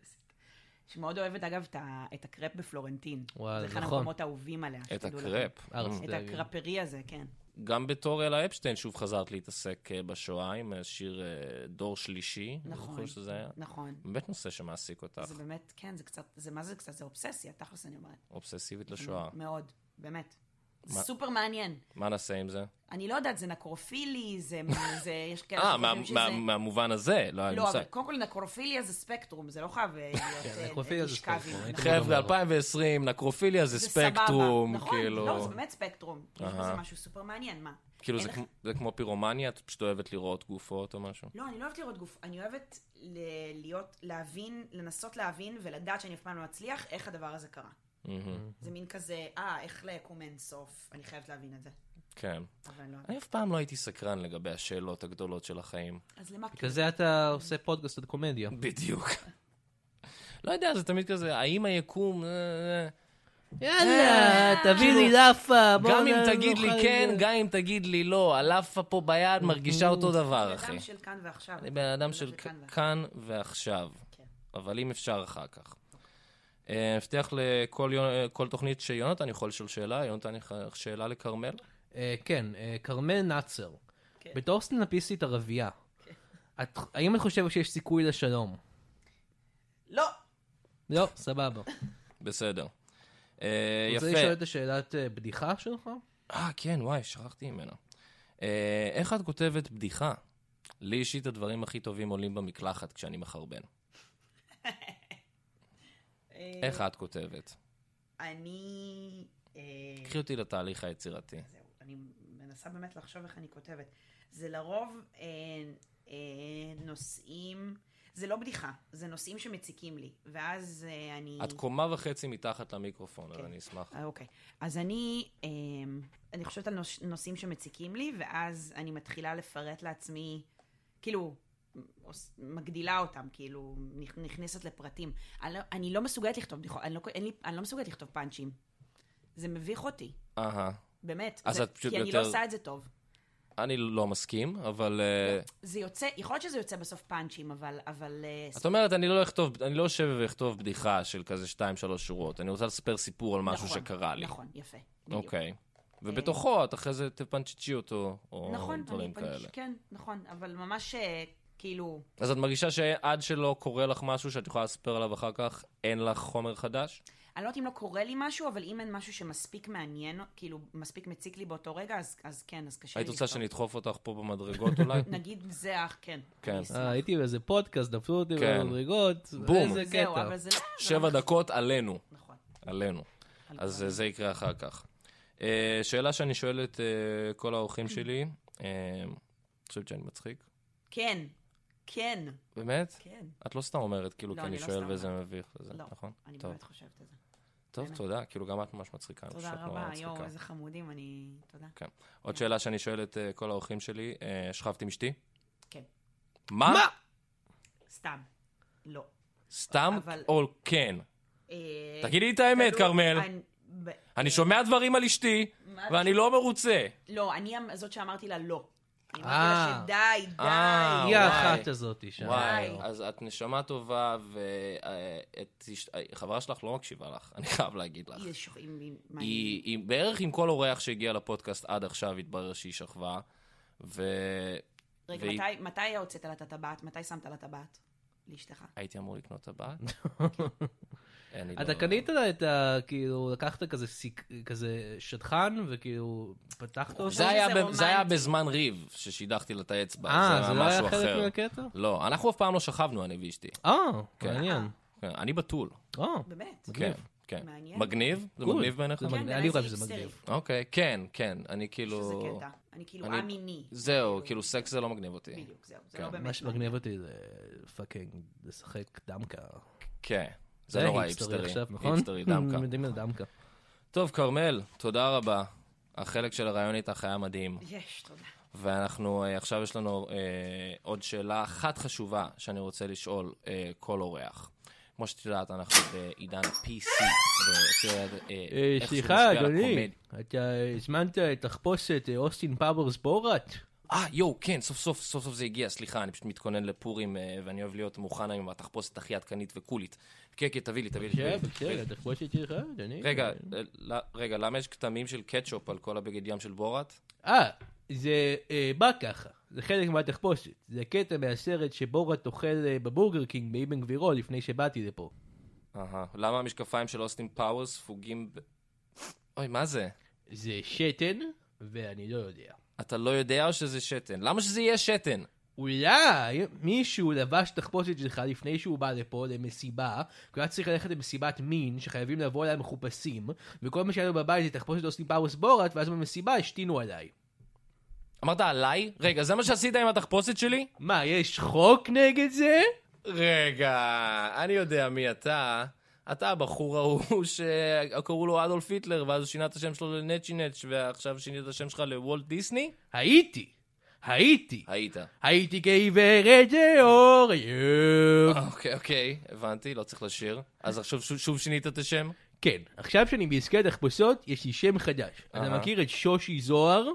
Speaker 4: שמאוד אוהבת, אגב, את ה- את הקרפ בפלורנטין.
Speaker 3: וואלה,
Speaker 4: זה אחד
Speaker 3: נכון.
Speaker 4: המקומות האהובים עליה.
Speaker 2: את
Speaker 4: שתדעו לכם.
Speaker 2: הקרפ.
Speaker 3: ארץ.
Speaker 2: Mm.
Speaker 4: את הקרפרי הזה, כן.
Speaker 2: גם בתור אלה אפשטיין שוב חזרת להתעסק אה, בשואה עם השיר אה, דור שלישי. אני
Speaker 4: נכון.
Speaker 2: זוכר שזה היה.
Speaker 4: נכון.
Speaker 2: באמת נושא שמעסיק אותך,
Speaker 4: זה באמת, כן, זה קצת, זה מה זה קצת, זה אובססיה, תכלס אני אומרת.
Speaker 2: אובססיבית לשואה.
Speaker 4: מאוד, באמת. זה
Speaker 2: מה-
Speaker 4: סופר מעניין.
Speaker 2: מה נעשה עם זה?
Speaker 4: אני לא יודעת, זה נקרופילי, זה, זה, יש כאלה
Speaker 2: אה, מה-
Speaker 4: שחושבים שזה...
Speaker 2: מה- מהמובן הזה, לא היה לי
Speaker 4: לא,
Speaker 2: מושג. כן,
Speaker 4: אבל קודם כל נקרופיליה זה ספקטרום, זה לא חייב להיות אה,
Speaker 3: נקרופיליה זה
Speaker 4: משכב עם-
Speaker 3: ספקטרום,
Speaker 4: נכון.
Speaker 3: הייתי
Speaker 2: חבר'ה, 2020, נקרופיליה זה
Speaker 4: סבבה,
Speaker 2: ספקטרום,
Speaker 4: נכון,
Speaker 2: כאילו...
Speaker 4: לא, זה באמת ספקטרום. יש
Speaker 2: אהה.
Speaker 4: בזה משהו סופר מעניין, מה?
Speaker 2: כאילו
Speaker 4: אין
Speaker 2: זה
Speaker 4: לך-
Speaker 2: כמו- זה כמו פירומניה, את פשוט אוהבת לראות גופות או משהו.
Speaker 4: לא, אני לא אוהבת לראות גוף, אני אוהבת ל- להיות, להבין, לנסות להבין ולדעת שאני אף פעם לא אצליח, איך הדבר הזה קרה.
Speaker 2: מהמם,
Speaker 4: זה מין כזה, אה, איך ליקום אין סוף, אני חייבת להבין את זה.
Speaker 2: כן.
Speaker 4: אבל אני לא...
Speaker 2: אני אף פעם לא הייתי סקרן לגבי השאלות הגדולות של החיים.
Speaker 4: אז למה
Speaker 3: בגלל זה אתה עושה פודקאסט על קומדיה.
Speaker 2: בדיוק. לא יודע, זה תמיד כזה, האם היקום... אה, אה.
Speaker 3: יאללה, תביא
Speaker 2: כאילו,
Speaker 3: לי לאפה, בוא
Speaker 2: גם
Speaker 3: נ-
Speaker 2: אם תגיד לי
Speaker 3: נאכל
Speaker 2: כן,
Speaker 3: את זה.
Speaker 2: גם אם תגיד לי לא, הלאפה פה ביד מרגישה אותו דבר,
Speaker 4: בן
Speaker 2: אחי.
Speaker 4: אדם של כאן ועכשיו.
Speaker 2: אני בן אדם של
Speaker 4: כאן ועכשיו.
Speaker 2: כאן ועכשיו.
Speaker 4: כן.
Speaker 2: אבל אם אפשר אחר כך. אה, הבטיח לכל יונ- אה, כל תוכנית שיונתן יכול לשאול שאלה, יונתן יכול שאלה לכרמל?
Speaker 3: אה, כן, אה, כרמל נאצר.
Speaker 4: כן.
Speaker 3: בתור סטנדאפיסטית ערבייה,
Speaker 2: כן.
Speaker 3: את- האם את חושבת שיש סיכוי לשלום?
Speaker 4: לא!
Speaker 3: לא, סבבה.
Speaker 2: בסדר. אה,
Speaker 3: רוצה לשאול
Speaker 2: יפה.
Speaker 3: את השאלת אה, בדיחה שלך?
Speaker 2: אה, כן, וואי, שכחתי ממנה. אה, איך את כותבת בדיחה? לי אישית הדברים הכי טובים עולים במקלחת כשאני מחרבן.
Speaker 4: אה,
Speaker 2: איך את כותבת?
Speaker 4: אני... אה,
Speaker 2: קחי אותי לתהליך היצירתי.
Speaker 4: זהו, אני מנסה באמת לחשוב איך אני כותבת. זה לרוב אה, אה, נושאים, זה לא בדיחה, זה נושאים שמציקים לי. ואז אה, אני...
Speaker 2: את קומה וחצי מתחת למיקרופון, אז
Speaker 4: כן.
Speaker 2: אני אשמח.
Speaker 4: אה, אוקיי. אז אני, אה, אני חושבת על נוש- נושאים שמציקים לי, ואז אני מתחילה לפרט לעצמי, כאילו, עוש- מגדילה אותם, כאילו, נכ- נכנסת לפרטים. אני לא, אני לא מסוגלת לכתוב בדיחות, אני, לא, אין לי- אני לא מסוגלת לכתוב פאנצ'ים. זה מביך אותי,
Speaker 2: אהה.
Speaker 4: באמת.
Speaker 2: אז
Speaker 4: זה,
Speaker 2: את פשוט
Speaker 4: כי אני
Speaker 2: יותר-
Speaker 4: לא עושה את זה טוב.
Speaker 2: אני לא מסכים, אבל... אה,
Speaker 4: זה יוצא, יכול להיות שזה יוצא בסוף פאנצ'ים, אבל, אבל... אה,
Speaker 2: את אומרת, אני לא אכתוב, אני לא יושב ואכתוב בדיחה של כזה שתיים, שלוש שורות. אני רוצה לספר סיפור על משהו
Speaker 4: נכון,
Speaker 2: שקרה לי.
Speaker 4: נכון, יפה. בדיוק.
Speaker 2: אוקיי. ובתוכו את אחרי זה תפנצ'צ'י אותו, או
Speaker 4: נכון,
Speaker 2: דברים
Speaker 4: אני פנצ'-
Speaker 2: כאלה.
Speaker 4: כן, נכון, אבל ממש אה, כאילו...
Speaker 2: אז את מרגישה שעד שלא קורה לך משהו שאת יכולה לספר עליו אחר כך, אין לך חומר חדש?
Speaker 4: אני לא יודעת אם לא קורה לי משהו, אבל אם אין משהו שמספיק מעניין, כאילו, מספיק מציק לי באותו רגע, אז, אז כן, אז קשה לי
Speaker 2: היית רוצה
Speaker 4: לפתור.
Speaker 2: שאני אדחוף אותך פה במדרגות אולי?
Speaker 4: נגיד זה אח, כן.
Speaker 2: כן.
Speaker 4: אני אשמח.
Speaker 3: אה, הייתי באיזה פודקאסט, דפקו אותי
Speaker 2: כן.
Speaker 3: במדרגות.
Speaker 2: בום.
Speaker 3: איזה
Speaker 4: זהו,
Speaker 3: קטע.
Speaker 4: אבל זה לא... זה לא
Speaker 2: שבע דקות עלינו,
Speaker 4: נכון.
Speaker 2: עלינו.
Speaker 4: על
Speaker 2: אז
Speaker 4: כל-
Speaker 2: אה, זה יקרה אחר כך. אה, שאלה שאני שואל את אה, כל האורחים שלי, אה, את חושבת שאני מצחיק?
Speaker 4: כן, כן,
Speaker 2: באמת?
Speaker 4: כן.
Speaker 2: את לא סתם אומרת, כאילו,
Speaker 4: לא,
Speaker 2: כי אני
Speaker 4: אני לא
Speaker 2: שואל
Speaker 4: סתם
Speaker 2: וזה
Speaker 4: אומרת.
Speaker 2: מביך, וזה,
Speaker 4: לא,
Speaker 2: נכון?
Speaker 4: אני
Speaker 2: טוב.
Speaker 4: באמת חושבת על זה.
Speaker 2: טוב,
Speaker 4: באמת.
Speaker 2: תודה. כאילו, גם את ממש מצחיקה. אני
Speaker 4: תודה
Speaker 2: חושב שאת נורא
Speaker 4: רבה, יואו,
Speaker 2: מצחיקה.
Speaker 4: איזה חמודים, אני... תודה.
Speaker 2: עוד שאלה שאני שואל את אה, כל האורחים שלי, אה, שכבת עם אשתי?
Speaker 4: כן.
Speaker 2: מה?
Speaker 3: מה?
Speaker 4: סתם. לא.
Speaker 2: סתם
Speaker 4: אבל-
Speaker 2: או כן?
Speaker 4: אה,
Speaker 2: תגידי את האמת,
Speaker 4: תלוי-
Speaker 2: כרמל.
Speaker 4: אני- ב-
Speaker 2: אני שומע דברים על אשתי,
Speaker 4: מה את-
Speaker 2: ואני לא מרוצה.
Speaker 4: לא, אני המ- זאת שאמרתי לה לא. אני
Speaker 3: אה.
Speaker 4: אמרתי לה שדי,
Speaker 2: אה,
Speaker 4: די.
Speaker 3: היא
Speaker 2: וואי.
Speaker 3: האחת הזאתי שם.
Speaker 2: וואי,
Speaker 4: וואי.
Speaker 2: אז את נשמה טובה, וחברה שלך לא מקשיבה לך, אני חייב להגיד לך.
Speaker 4: היא שוכ- עם- עם- מה היא-
Speaker 2: היא, היא בערך עם כל אורח שהגיע לפודקאסט עד עכשיו, התברר שהיא שכבה, והייתי
Speaker 4: רגע,
Speaker 2: והיא-
Speaker 4: מתי- מתי הוצאת לה את הטבעת? מתי שמת לה טבעת? לאשתך.
Speaker 2: אמור לקנות טבעת. אני
Speaker 3: אתה
Speaker 2: לא-
Speaker 3: קנית לה את ה... כאילו, לקחת כזה סיק... כזה שטחן, וכאילו, פתחת אותו?
Speaker 2: זה היה,
Speaker 4: שזה
Speaker 2: ב... זה היה
Speaker 4: רומנטי.
Speaker 2: בזמן ריב, ששידכתי לה את האצבע,
Speaker 3: אה,
Speaker 2: זה
Speaker 3: זה לא
Speaker 2: משהו
Speaker 3: היה
Speaker 2: אחר.
Speaker 3: חלק מהקטע?
Speaker 2: לא, אנחנו אף פעם לא שכבנו, אני ואשתי.
Speaker 3: אה,
Speaker 2: כן.
Speaker 3: מעניין.
Speaker 2: כן, אני בתול.
Speaker 3: אה,
Speaker 4: באמת.
Speaker 2: כן,
Speaker 3: מגניב.
Speaker 2: כן.
Speaker 4: מעניין.
Speaker 2: מגניב? זה
Speaker 3: גוד.
Speaker 2: מגניב בעיניך?
Speaker 3: זה
Speaker 4: כן,
Speaker 3: מגניב.
Speaker 4: בעיניי
Speaker 3: אני
Speaker 4: זה
Speaker 3: חושב שזה
Speaker 4: היפסטרי,
Speaker 3: מגניב.
Speaker 2: אוקיי, כן, כן, אני כאילו...
Speaker 4: שזה קטע. אני כאילו
Speaker 2: אני-
Speaker 4: א-מיני.
Speaker 2: זהו, כאילו סקס זה לא מגניב אותי.
Speaker 4: בדיוק, זהו. זה
Speaker 2: כן.
Speaker 4: לא באמת.
Speaker 3: מה שמגניב אותי זה פאקינג לשחק דמקה.
Speaker 2: כן, זה נורא
Speaker 3: היפסטרי
Speaker 2: היפסטרי.
Speaker 3: עכשיו, נכון?
Speaker 2: היפסטרי דמקה.
Speaker 3: מדהים על דמקה.
Speaker 2: טוב, כרמל, תודה רבה. החלק של הרעיון איתך היה מדהים.
Speaker 4: יש, תודה.
Speaker 2: ואנחנו, אה, עכשיו יש לנו אה, עוד שאלה אחת חשובה שאני רוצה לשאול אה, כל אורח. כמו שאת יודעת, אנחנו בעידן PC, ואת יודעת אה,
Speaker 3: אה,
Speaker 2: איך זה משפיע
Speaker 3: סליחה,
Speaker 2: על
Speaker 3: אדוני,
Speaker 2: הקומדיה.
Speaker 3: אתה הזמנת את תחפושת אה, אוסטין פאוורס בורת?
Speaker 2: אה, יואו, כן, סוף סוף, סוף סוף זה הגיע, סליחה, אני פשוט מתכונן לפורים, אה, ואני אוהב להיות מוכן עם התחפושת הכי עדכנית וקולית. כן, כן, תביא לי, תביא לי. תביא
Speaker 3: כן,
Speaker 2: לי.
Speaker 3: בסדר, התחפושת שלך, אדוני.
Speaker 2: רגע, אה, ל- רגע, למה יש כתמים של קטשופ על כל הבגד ים של בורת?
Speaker 3: אה, זה אה, בא ככה, זה חלק מהתחפושת. זה קטע מהסרט שבורת אוכל אה, בבורגר קינג באבן גבירו לפני שבאתי לפה.
Speaker 2: אהה, למה המשקפיים של אוסטין פאוורס ספוגים ב... אוי, מה זה?
Speaker 3: זה שתן, ואני לא יודע.
Speaker 2: אתה לא יודע או שזה שתן? למה שזה יהיה שתן?
Speaker 3: אולי מישהו לבש תחפושת שלך לפני שהוא בא לפה למסיבה, כי הוא היה צריך ללכת למסיבת מין שחייבים לבוא אליה מחופשים, וכל מה שהיה לו בבית זה תחפושת אוסטין פאוורס בורת, ואז במסיבה השתינו עליי.
Speaker 2: אמרת עליי? רגע, זה מה שעשית עם התחפושת שלי?
Speaker 3: מה, יש חוק נגד זה?
Speaker 2: רגע, אני יודע מי אתה. אתה הבחור ההוא שקראו לו אדולף היטלר, ואז הוא שינה את השם שלו לנצ'י נץ', ועכשיו שינית את השם שלך לוולט דיסני?
Speaker 3: הייתי, הייתי,
Speaker 2: היית.
Speaker 3: הייתי גברת אור יום.
Speaker 2: אוקיי, אוקיי, הבנתי, לא צריך לשיר. אז עכשיו שוב- שוב שינית את השם?
Speaker 3: כן, עכשיו שאני בעסקי התחפושות, יש לי שם חדש.
Speaker 2: אהה.
Speaker 3: אתה מכיר את שושי זוהר?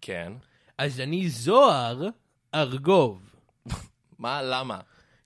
Speaker 2: כן.
Speaker 3: אז אני זוהר ארגוב.
Speaker 2: מה, למה?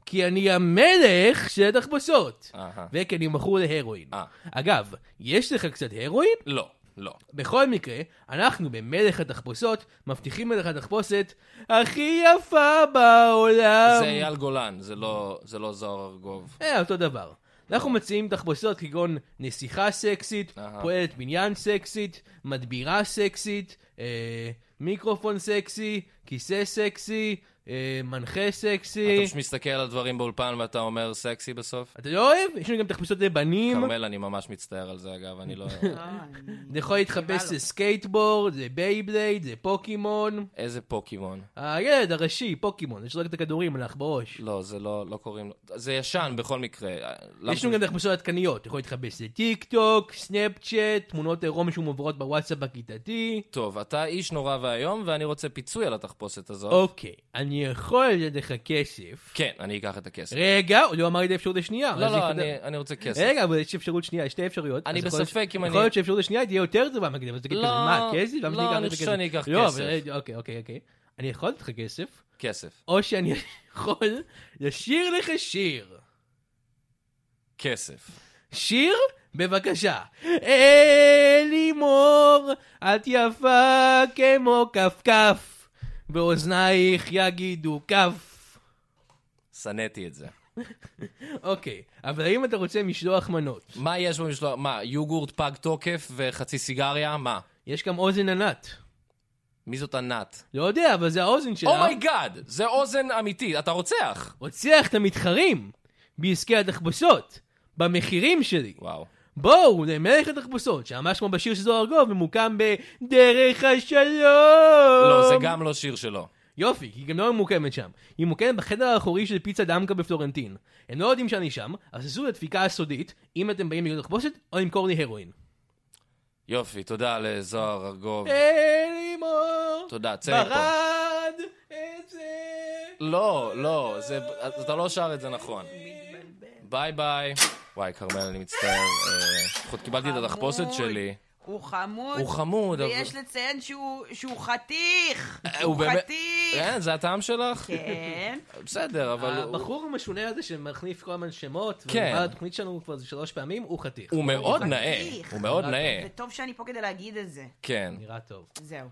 Speaker 3: כי אני המלך של התחפושות.
Speaker 2: אהה.
Speaker 3: וכי אני מכור להרואין.
Speaker 2: אה.
Speaker 3: אגב, יש לך קצת הרואין?
Speaker 2: לא, לא.
Speaker 3: בכל מקרה, אנחנו במלך התחפושות מבטיחים לך התחפושת הכי יפה בעולם.
Speaker 2: זה אייל גולן, זה לא, זה לא זוהר ארגוב.
Speaker 3: אה, אותו דבר. אנחנו מציעים תחפושות כגון נסיכה סקסית,
Speaker 2: אהה.
Speaker 3: פועלת בניין סקסית, מדבירה סקסית, אה, מיקרופון סקסי, כיסא סקסי, אה, מנחה
Speaker 2: אתה
Speaker 3: סקסי.
Speaker 2: פשוט מסתכל על הדברים באולפן ואתה אומר סקסי בסוף?
Speaker 3: אתה לא אוהב? יש לנו גם תחפושות לבנים.
Speaker 2: כרמל, אני ממש מצטער על זה, אגב, אני לא...
Speaker 4: לא, אני-
Speaker 3: זה יכול להתחפש
Speaker 4: נראה לו.
Speaker 3: לסקייטבורד, זה בייבלייד, זה פוקימון.
Speaker 2: איזה פוקימון.
Speaker 3: הילד הראשי, פוקימון, יש לו רק את הכדורים הלך בראש.
Speaker 2: לא, זה לא, לא קוראים לו... זה ישן בכל מקרה. אה, למה
Speaker 3: יש לנו
Speaker 2: זה-
Speaker 3: גם תחפושות עדכניות, יכול להתחפש לטיק טוק, סנאפ צ'אט, תמונות עירום שמועברות בוואטסאפ הכיתתי.
Speaker 2: טוב, אתה איש נורא ואיום, ואני רוצה פיצוי על התחפושת הזאת.
Speaker 3: אוקיי, אני יכול לתת לך כסף.
Speaker 2: כן, אני אקח את הכסף.
Speaker 3: רגע, הוא לא אמר לי את האפשרות השנייה.
Speaker 2: לא,
Speaker 3: אז
Speaker 2: לא,
Speaker 3: היא
Speaker 2: אני-
Speaker 3: כותבת-
Speaker 2: אני רוצה כסף.
Speaker 3: רגע, אבל יש אפשרות שנייה, יש שתי אפשרויות.
Speaker 2: אני
Speaker 3: אז יכול להיות-
Speaker 2: בספק אם אני-
Speaker 3: יכול להיות שהאפשרות השנייה תהיה יותר טובה מהקדמה, אז תגיד
Speaker 2: לא,
Speaker 3: כזה, מה, כסף? למה
Speaker 2: לא,
Speaker 3: אקח
Speaker 2: אני
Speaker 3: את
Speaker 2: חושב
Speaker 3: הכסף?
Speaker 2: שאני אקח
Speaker 3: לא,
Speaker 2: כסף.
Speaker 3: אבל- אוקיי, אוקיי, אוקיי. אני יכול לתת לך כסף,
Speaker 2: כסף.
Speaker 3: או שאני יכול לשיר לך שיר.
Speaker 2: כסף.
Speaker 3: שיר? בבקשה. אלימור, את יפה כמו כפכף, באוזנייך יגידו כף.
Speaker 2: שנאתי את זה.
Speaker 3: אוקיי, אבל האם אתה רוצה משלוח מנות?
Speaker 2: מה יש במשלוח? מה, יוגורט פג תוקף וחצי סיגריה? מה?
Speaker 3: יש גם אוזן ענת.
Speaker 2: מי זאת ענת?
Speaker 3: לא יודע, אבל זה האוזן שלה.
Speaker 2: אומייגאד! Oh זה אוזן אמיתית, אתה רוצח!
Speaker 3: הוציא את המתחרים בעסקי התחבושות, במחירים שלי.
Speaker 2: וואו.
Speaker 3: בואו למלך התחבושות, שממש כמו בשיר של זוהר גוב, ממוקם בדרך השלום.
Speaker 2: לא, זה גם לא שיר שלו.
Speaker 3: יופי, היא גם לא ממוקמת שם. היא ממוקמת בחדר האחורי של פיצה דמקה בפלורנטין. הם לא יודעים שאני שם, אז עשו את הדפיקה הסודית, אם אתם באים לקנות תחבושת, או למכור לי הרואין.
Speaker 2: יופי, תודה לזוהר ארגוב.
Speaker 3: נכון. אה, אלימור,
Speaker 2: תודה, צא מפה.
Speaker 3: ברד את זה.
Speaker 2: לא, לא, זה- אתה לא שר את זה נכון. ביי ביי. וואי, כרמל, אני מצטער. אה, לפחות קיבלתי את התחפושת
Speaker 4: חמוד.
Speaker 2: שלי.
Speaker 4: הוא חמוד.
Speaker 2: הוא חמוד, אבל...
Speaker 4: ויש לציין שהוא שהוא חתיך.
Speaker 2: אה,
Speaker 4: הוא
Speaker 2: באמת-
Speaker 4: חתיך.
Speaker 2: כן, זה הטעם שלך?
Speaker 4: כן.
Speaker 2: בסדר, אבל הוא-
Speaker 3: הבחור המשונה הזה שמחליף כל הזמן שמות,
Speaker 2: כן.
Speaker 3: ובא לתוכנית שלנו כבר שלוש פעמים, הוא חתיך.
Speaker 2: הוא מאוד נאה.
Speaker 4: חתיך.
Speaker 2: הוא מאוד נאה.
Speaker 4: וטוב שאני פה כדי להגיד את זה.
Speaker 2: כן.
Speaker 3: נראה טוב.
Speaker 4: זהו.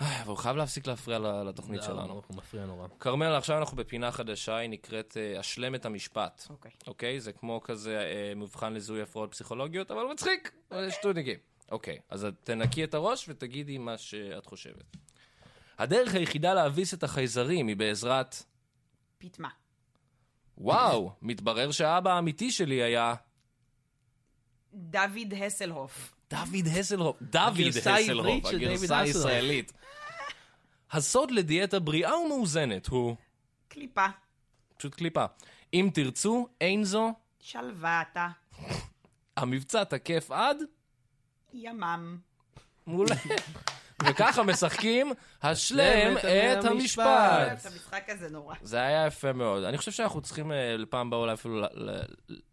Speaker 2: אה, אבל הוא חייב להפסיק להפריע ל- לתוכנית שלנו.
Speaker 3: הוא מפריע נורא.
Speaker 2: כרמל, עכשיו אנחנו בפינה חדשה, היא נקראת אה, השלם את המשפט.
Speaker 4: אוקיי.
Speaker 2: אוקיי? זה כמו כזה אה, מבחן לזיהוי הפרעות פסיכולוגיות, אבל מצחיק, אבל שטודניקים. אוקיי, אז את תנקי את הראש ותגידי מה שאת חושבת. הדרך היחידה להביס את החייזרים היא בעזרת...
Speaker 4: פיטמה.
Speaker 2: וואו, מתברר שהאבא האמיתי שלי היה...
Speaker 4: דוד הסלהוף.
Speaker 2: דוד הסלהופ. דוד
Speaker 3: הגרסה העברית
Speaker 2: הסלהופ,
Speaker 3: של דוד
Speaker 2: הגרסה
Speaker 3: הסלהופ.
Speaker 2: הישראלית. הסוד לדיאטה בריאה ומאוזנת הוא...
Speaker 4: קליפה.
Speaker 2: פשוט קליפה. אם תרצו, אין זו.
Speaker 4: שלוותה.
Speaker 2: המבצע תקף עד...
Speaker 4: ימ"מ.
Speaker 2: מעולה. וככה משחקים, השלם
Speaker 3: שלם את
Speaker 2: את
Speaker 4: אני
Speaker 2: המשפט.
Speaker 3: המשפט.
Speaker 4: אוהב את המשחק הזה נורא.
Speaker 2: זה היה יפה מאוד. אני חושב שאנחנו צריכים אה, לפעם הבאה אולי אפילו לה- לה-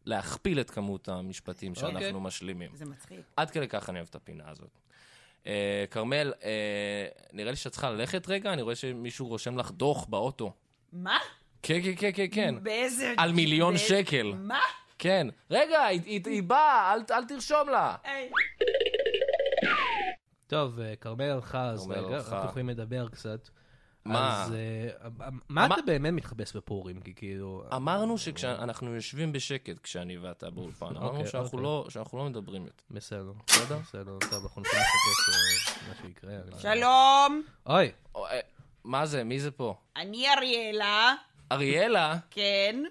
Speaker 2: להכפיל את כמות המשפטים
Speaker 3: אוקיי.
Speaker 2: שאנחנו משלימים.
Speaker 4: זה מצחיק.
Speaker 2: עד כדי כך אני אוהב את הפינה הזאת. אה, כרמל, אה, נראה לי שאת צריכה ללכת רגע, אני רואה שמישהו רושם לך דוח באוטו.
Speaker 4: מה?
Speaker 2: כן, כן, כן, כן, כן.
Speaker 4: באיזה...
Speaker 2: על מיליון
Speaker 4: באיזה-
Speaker 2: שקל.
Speaker 4: מה?
Speaker 2: כן. רגע, היא- היא היא באה, אל- אל תרשום לה.
Speaker 4: היי.
Speaker 3: טוב, אה, כרמל הלכה, אז
Speaker 2: כרמל
Speaker 3: רגע,
Speaker 2: הלכה.
Speaker 3: אנחנו יכולים לדבר קצת.
Speaker 2: מה?
Speaker 3: אז אה, מה
Speaker 2: אמר-
Speaker 3: אתה באמת מתחפש בפורים? כי כאילו...
Speaker 2: אמרנו שכשאנחנו יושבים בשקט, כשאני ואתה באולפן, אמרנו
Speaker 3: אוקיי,
Speaker 2: שאנחנו
Speaker 3: אוקיי.
Speaker 2: לא- שאנחנו לא מדברים יותר.
Speaker 3: בסדר. בסדר? בסדר, טוב, אנחנו נוכל לחכות אה, מה שיקרה. אני לא-
Speaker 4: שלום,
Speaker 3: אוי,
Speaker 2: או, אה, מה זה? מי זה פה?
Speaker 4: אני אריאלה.
Speaker 2: אריאלה,
Speaker 4: כן.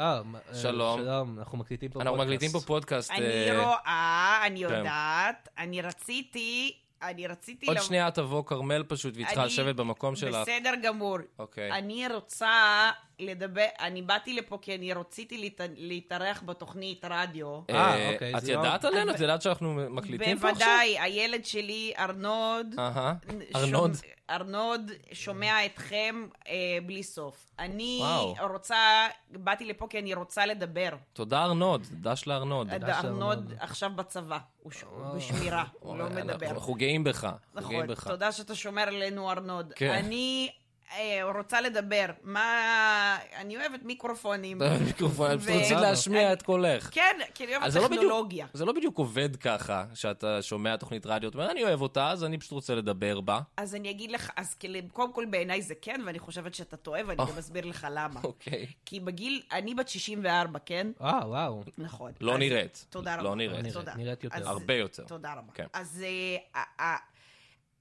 Speaker 3: אה, מה- אה,
Speaker 2: שלום.
Speaker 3: שלום, אנחנו מקליטים פה
Speaker 2: אנחנו
Speaker 3: פודקאסט.
Speaker 2: מקליטים פה פודקאסט.
Speaker 4: אני לא-
Speaker 2: אה,
Speaker 4: רואה, אני יודעת. אני רציתי... אני רציתי...
Speaker 2: עוד
Speaker 4: לב-
Speaker 2: שנייה תבוא כרמל פשוט, והיא צריכה
Speaker 4: אני-
Speaker 2: לשבת במקום שלך.
Speaker 4: בסדר גמור.
Speaker 2: אוקיי.
Speaker 4: אני רוצה לדבר, אני באתי לפה כי אני רציתי להת- להתארח בתוכנית רדיו.
Speaker 2: אה,
Speaker 3: אה, אוקיי,
Speaker 2: את
Speaker 3: זה לא-
Speaker 2: ידעת עלינו? את ידעת שאנחנו מקליטים פה עכשיו?
Speaker 4: בוודאי, הילד שלי, ארנוד.
Speaker 2: אהה.
Speaker 4: שומע-
Speaker 2: ארנוד.
Speaker 4: ארנוד שומע אתכם אה, בלי סוף. אני
Speaker 2: וואו.
Speaker 4: רוצה, באתי לפה כי אני רוצה לדבר.
Speaker 2: תודה ארנוד, דש לארנוד.
Speaker 4: עד
Speaker 3: של
Speaker 4: ארנוד
Speaker 3: ארנוד. עכשיו
Speaker 4: עכשיו בצבא, הוא ש- הוא בשמירה, הוא לא
Speaker 2: אנחנו-
Speaker 4: מדבר.
Speaker 2: אנחנו גאים בך. אנחנו גאים
Speaker 4: נכון,
Speaker 2: בך.
Speaker 4: תודה שאתה שומר עלינו, ארנוד.
Speaker 2: כן.
Speaker 4: אני אה, רוצה לדבר. מה... אני אוהבת מיקרופונים.
Speaker 2: מיקרופון, את
Speaker 4: ו-
Speaker 2: רצית להשמיע את קולך.
Speaker 4: כן, כי אני
Speaker 2: אז
Speaker 4: אוהבת
Speaker 2: זה לא בדיוק,
Speaker 4: טכנולוגיה.
Speaker 2: זה לא בדיוק עובד ככה, שאתה שומע תוכנית רדיו, אתה אומר, אני אוהב אותה, אז אני פשוט רוצה לדבר בה.
Speaker 4: אז אני אגיד לך, אז כאילו, קודם כל בעיניי זה כן, ואני חושבת שאתה טועה, ואני גם אסביר לך למה.
Speaker 2: אה. אוקיי.
Speaker 4: כי בגיל, אני בת 64, כן?
Speaker 3: אה, וואו.
Speaker 4: נכון.
Speaker 2: לא
Speaker 4: אז-
Speaker 2: נראית.
Speaker 4: תודה רבה.
Speaker 2: לא נראית.
Speaker 4: תודה.
Speaker 3: נראית יותר.
Speaker 4: אז-
Speaker 2: הרבה יותר.
Speaker 4: תודה רבה.
Speaker 2: כן.
Speaker 4: אז אה, ה- ה-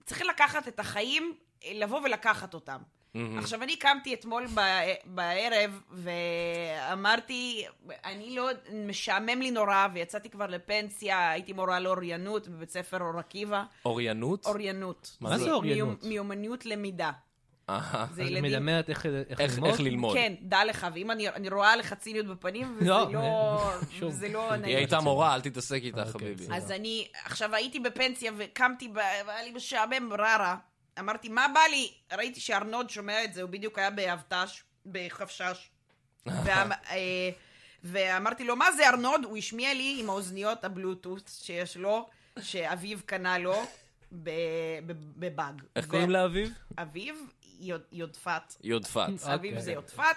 Speaker 4: צריך לקחת את החיים, אה, לבוא ולקחת אותם.
Speaker 2: מהמם.
Speaker 4: עכשיו, אני קמתי אתמול ב- בערב ואמרתי, אני לא, משעמם לי נורא, ויצאתי כבר לפנסיה, הייתי מורה לאוריינות בבית ספר אור עקיבא.
Speaker 2: אוריינות?
Speaker 4: אוריינות.
Speaker 2: מה זה
Speaker 3: אוריינות?
Speaker 4: מיומ- מיומנות למידה.
Speaker 2: אהה.
Speaker 4: זה
Speaker 3: אני
Speaker 4: ילדים...
Speaker 3: מלמדת איך
Speaker 2: איך
Speaker 3: ללמוד.
Speaker 2: איך ללמוד.
Speaker 4: כן, דע לך, ואם אני, אני רואה לך ציניות בפנים, וזה
Speaker 3: לא,
Speaker 4: לא,
Speaker 3: שוב.
Speaker 4: וזה לא
Speaker 2: היא
Speaker 4: נעים.
Speaker 2: הייתה מורה, אל תתעסק איתה,
Speaker 3: אוקיי,
Speaker 2: חביבי.
Speaker 3: בסדר.
Speaker 4: אז אני, עכשיו הייתי בפנסיה וקמתי, ב- והיה לי משעמם ררה. אמרתי, מה בא לי? ראיתי שארנוד שומע את זה, הוא בדיוק היה באבטש, בחפשש. ואמ- אה, ואמרתי לו, מה זה ארנוד? הוא השמיע לי עם האוזניות הבלוטות שיש לו, שאביו קנה לו. ב- ב- בבאג.
Speaker 2: איך קוראים לאביב?
Speaker 4: אביו יוד- יודפת.
Speaker 2: יודפת.
Speaker 4: אביב
Speaker 3: אוקיי.
Speaker 4: זה יודפת.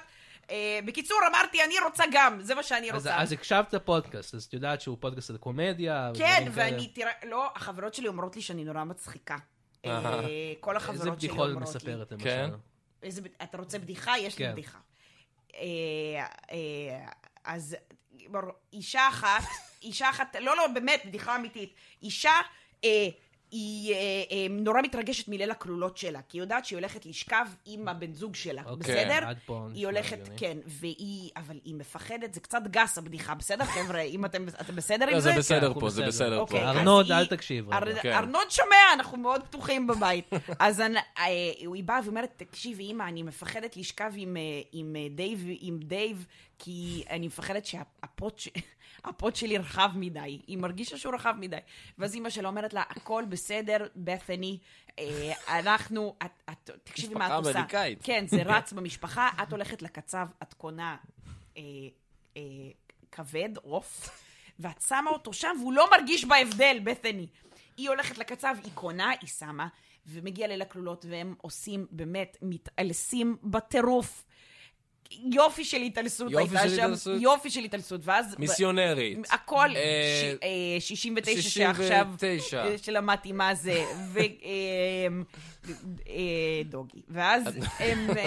Speaker 4: אה, בקיצור, אמרתי, אני רוצה גם, זה מה שאני
Speaker 3: אז-
Speaker 4: רוצה.
Speaker 3: אז הקשבת לפודקאסט, אז את יודעת שהוא פודקאסט על קומדיה.
Speaker 4: כן,
Speaker 3: ודברים כאלה.
Speaker 4: ואני, תראה, לא, החברות שלי אומרות לי שאני נורא מצחיקה. אה,
Speaker 2: אהה.
Speaker 4: כל
Speaker 3: איזה
Speaker 4: החברות שלי
Speaker 3: בדיחות את
Speaker 4: אומרות לי.
Speaker 3: מספרת למשל.
Speaker 2: כן.
Speaker 4: איזה בדיחות אתה רוצה בדיחה? יש לי
Speaker 3: כן.
Speaker 4: בדיחה. אה, אה, אז בור, אישה אחת, אישה אחת, לא, לא, באמת, בדיחה אמיתית. אישה, אה, היא אה, אה, נורא מתרגשת מליל הכלולות שלה, כי היא יודעת שהיא הולכת לשכב עם הבן זוג שלה,
Speaker 3: אוקיי,
Speaker 4: בסדר?
Speaker 3: עד פה נשמע
Speaker 4: היא הולכת,
Speaker 3: הגיוני.
Speaker 4: כן, והיא, אבל היא מפחדת, זה קצת גס הבדיחה, בסדר, חבר'ה? אם אתם, אתם בסדר
Speaker 2: לא,
Speaker 4: עם
Speaker 2: זה
Speaker 4: זה?
Speaker 2: בסדר
Speaker 3: אנחנו
Speaker 2: פה, זה
Speaker 3: בסדר.
Speaker 2: בסדר פה.
Speaker 4: אוקיי, אז
Speaker 3: ארנוד,
Speaker 4: היא-
Speaker 3: אל תקשיב, רגע.
Speaker 4: אר-
Speaker 2: כן.
Speaker 4: ארנוד שומע, אנחנו מאוד פתוחים בבית. אז אני- אה, היא באה ואומרת, תקשיבי, אימא, אני מפחדת לשכב עם, אה, עם, אה, דייב, עם דייב, כי אני מפחדת שהפוט ש- הפוט שלי רחב מדי. היא מרגישה שהוא רחב מדי. ואז אימא שלה אומרת לה, הכל בסדר, בת'ני, אה, אנחנו, את, את, תקשיבי מה את
Speaker 2: משפחה
Speaker 4: עושה.
Speaker 2: אמריקאית.
Speaker 4: כן, זה רץ במשפחה, את הולכת לקצב, את קונה אה, אה, כבד, עוף, ואת שמה אותו שם, והוא לא מרגיש בהבדל, בת'ני. היא הולכת לקצב, היא קונה, היא שמה, ומגיע ליל הכלולות, והם עושים, באמת, מתעלסים בטירוף. יופי של התעלסות
Speaker 2: יופי
Speaker 4: הייתה
Speaker 2: של
Speaker 4: שם.
Speaker 2: התעלסות.
Speaker 4: יופי של התעלסות. ואז...
Speaker 2: מיסיונרית.
Speaker 4: הכל
Speaker 2: אה,
Speaker 4: ש- אה, 69 שעכשיו,
Speaker 2: 69.
Speaker 4: אה, שלמדתי מה זה, ודוגי. ואז הם, אה,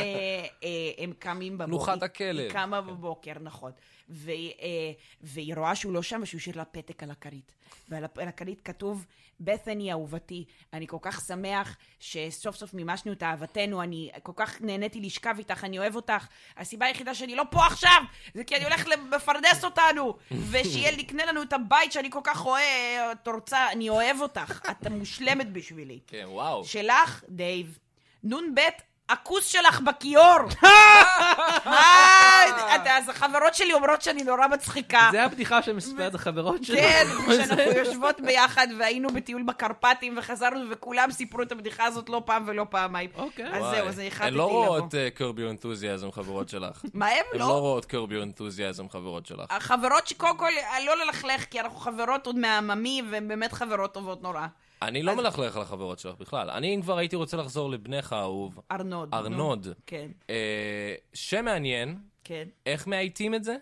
Speaker 4: אה, הם קמים בבוקר.
Speaker 2: תנוחת הכלב.
Speaker 4: היא קמה בבוקר, נכון. ו- אה, והיא רואה שהוא לא שם, ושהוא השאיר לה פתק על הכרית. ועל הפ- על הכרית כתוב, בת'ני אהובתי, אני כל כך שמח שסוף סוף מימשנו את אהבתנו, אני כל כך נהניתי לשכב איתך, אני אוהב אותך. הסיבה היחידה שאני לא פה עכשיו, זה כי אני הולך לפרנס אותנו, ושיקנה לנו את הבית שאני כל כך רואה, את רוצה, אני אוהב אותך, את מושלמת בשבילי.
Speaker 2: כן, וואו.
Speaker 4: שלך, דייב. נ"ב, הכוס שלך בכיור. אה, אתה- אז החברות שלי אומרות שאני נורא מצחיקה.
Speaker 3: זה הבדיחה שמספרת לחברות שלנו.
Speaker 4: אה. כן, כשאנחנו יושבות ביחד והיינו בטיול בקרפטים וחזרנו וכולם סיפרו את הבדיחה הזאת לא פעם ולא פעמיים.
Speaker 3: אוקיי.
Speaker 4: אז
Speaker 2: וואי.
Speaker 4: זהו, אז אני החלטתי
Speaker 2: הן לא
Speaker 4: לבוא.
Speaker 2: רואות קרביו אנתוזיאזם חברות שלך.
Speaker 4: מה הם
Speaker 2: הן לא
Speaker 4: לא? אה,
Speaker 2: רואות קרביו אנתוזיאזם חברות שלך.
Speaker 4: החברות שקודם כל, אה, לא ללכלך, כי אנחנו חברות עוד מהעממי, והן באמת חברות טובות נורא.
Speaker 2: אני לא מלכלך על החברות שלך בכלל. אני אם כבר הייתי רוצה לחזור לבנך האהוב,
Speaker 4: ארנוד. נו.
Speaker 2: ארנוד.
Speaker 4: כן,
Speaker 2: אה, שם מעניין,
Speaker 4: כן.
Speaker 2: איך מאייתים את זה?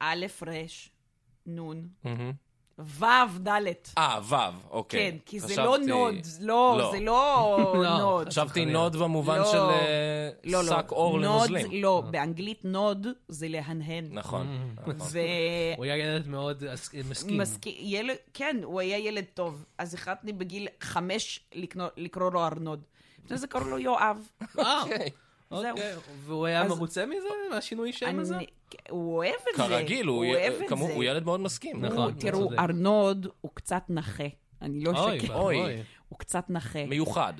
Speaker 4: א', ר', נ',
Speaker 2: מהמם.
Speaker 4: ו', ד'.
Speaker 2: אה, וו, אוקיי.
Speaker 4: כן, כי זה
Speaker 2: חשבתי-
Speaker 4: לא נוד, לא, זה לא
Speaker 3: לא.
Speaker 4: נוד.
Speaker 2: חשבתי נוד במובן
Speaker 4: לא.
Speaker 2: של אה,
Speaker 4: לא, לא.
Speaker 2: שק אור
Speaker 4: נוד,
Speaker 2: לנוזלים. אה.
Speaker 4: לא, באנגלית נוד זה להנהן.
Speaker 2: נכון.
Speaker 3: Mm.
Speaker 2: נכון.
Speaker 4: ו...
Speaker 3: הוא היה ילד מאוד אס- מסכים.
Speaker 4: מסכים. ילד, כן, הוא היה ילד טוב. אז החלטתי בגיל חמש לקנו- לקרוא לו ארנוד. לפני זה קראו לו יואב.
Speaker 3: וואו,
Speaker 2: אוקיי.
Speaker 3: אה, אוקיי. והוא היה
Speaker 4: אז-
Speaker 3: מרוצה מזה? מהשינוי שם הזה?
Speaker 4: אני- הוא אוהב את אה, זה.
Speaker 2: כרגיל, הוא
Speaker 4: אוהב
Speaker 2: י-
Speaker 4: את
Speaker 2: כמו-
Speaker 4: זה.
Speaker 2: הוא ילד מאוד מסכים.
Speaker 4: הוא-
Speaker 3: נכון,
Speaker 4: תראו,
Speaker 3: צודק.
Speaker 4: ארנוד הוא קצת נכה. אני לא
Speaker 3: אוי,
Speaker 4: שקט.
Speaker 2: אוי.
Speaker 3: אוי.
Speaker 4: הוא קצת נכה.
Speaker 2: מיוחד.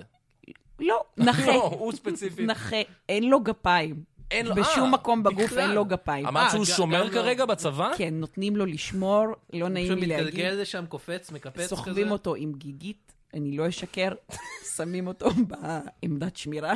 Speaker 4: לא, נכה.
Speaker 2: לא, הוא ספציפית.
Speaker 4: נכה. אין לו גפיים.
Speaker 2: אין לו-
Speaker 4: נכון. בשום
Speaker 2: אה,
Speaker 4: מקום בגוף
Speaker 3: בכלל.
Speaker 4: אין לו גפיים.
Speaker 2: אמרת שהוא
Speaker 3: ג-
Speaker 2: שומר
Speaker 3: גם לא.
Speaker 2: כרגע בצבא?
Speaker 4: כן, נותנים לו לשמור, לא נעים
Speaker 3: פשוט
Speaker 4: לי להגיד.
Speaker 3: מתגלגל לשם, קופץ, מקפץ כזה.
Speaker 4: סוחבים אותו עם גיגית, אני לא אשקר, שמים אותו בעמדת שמירה,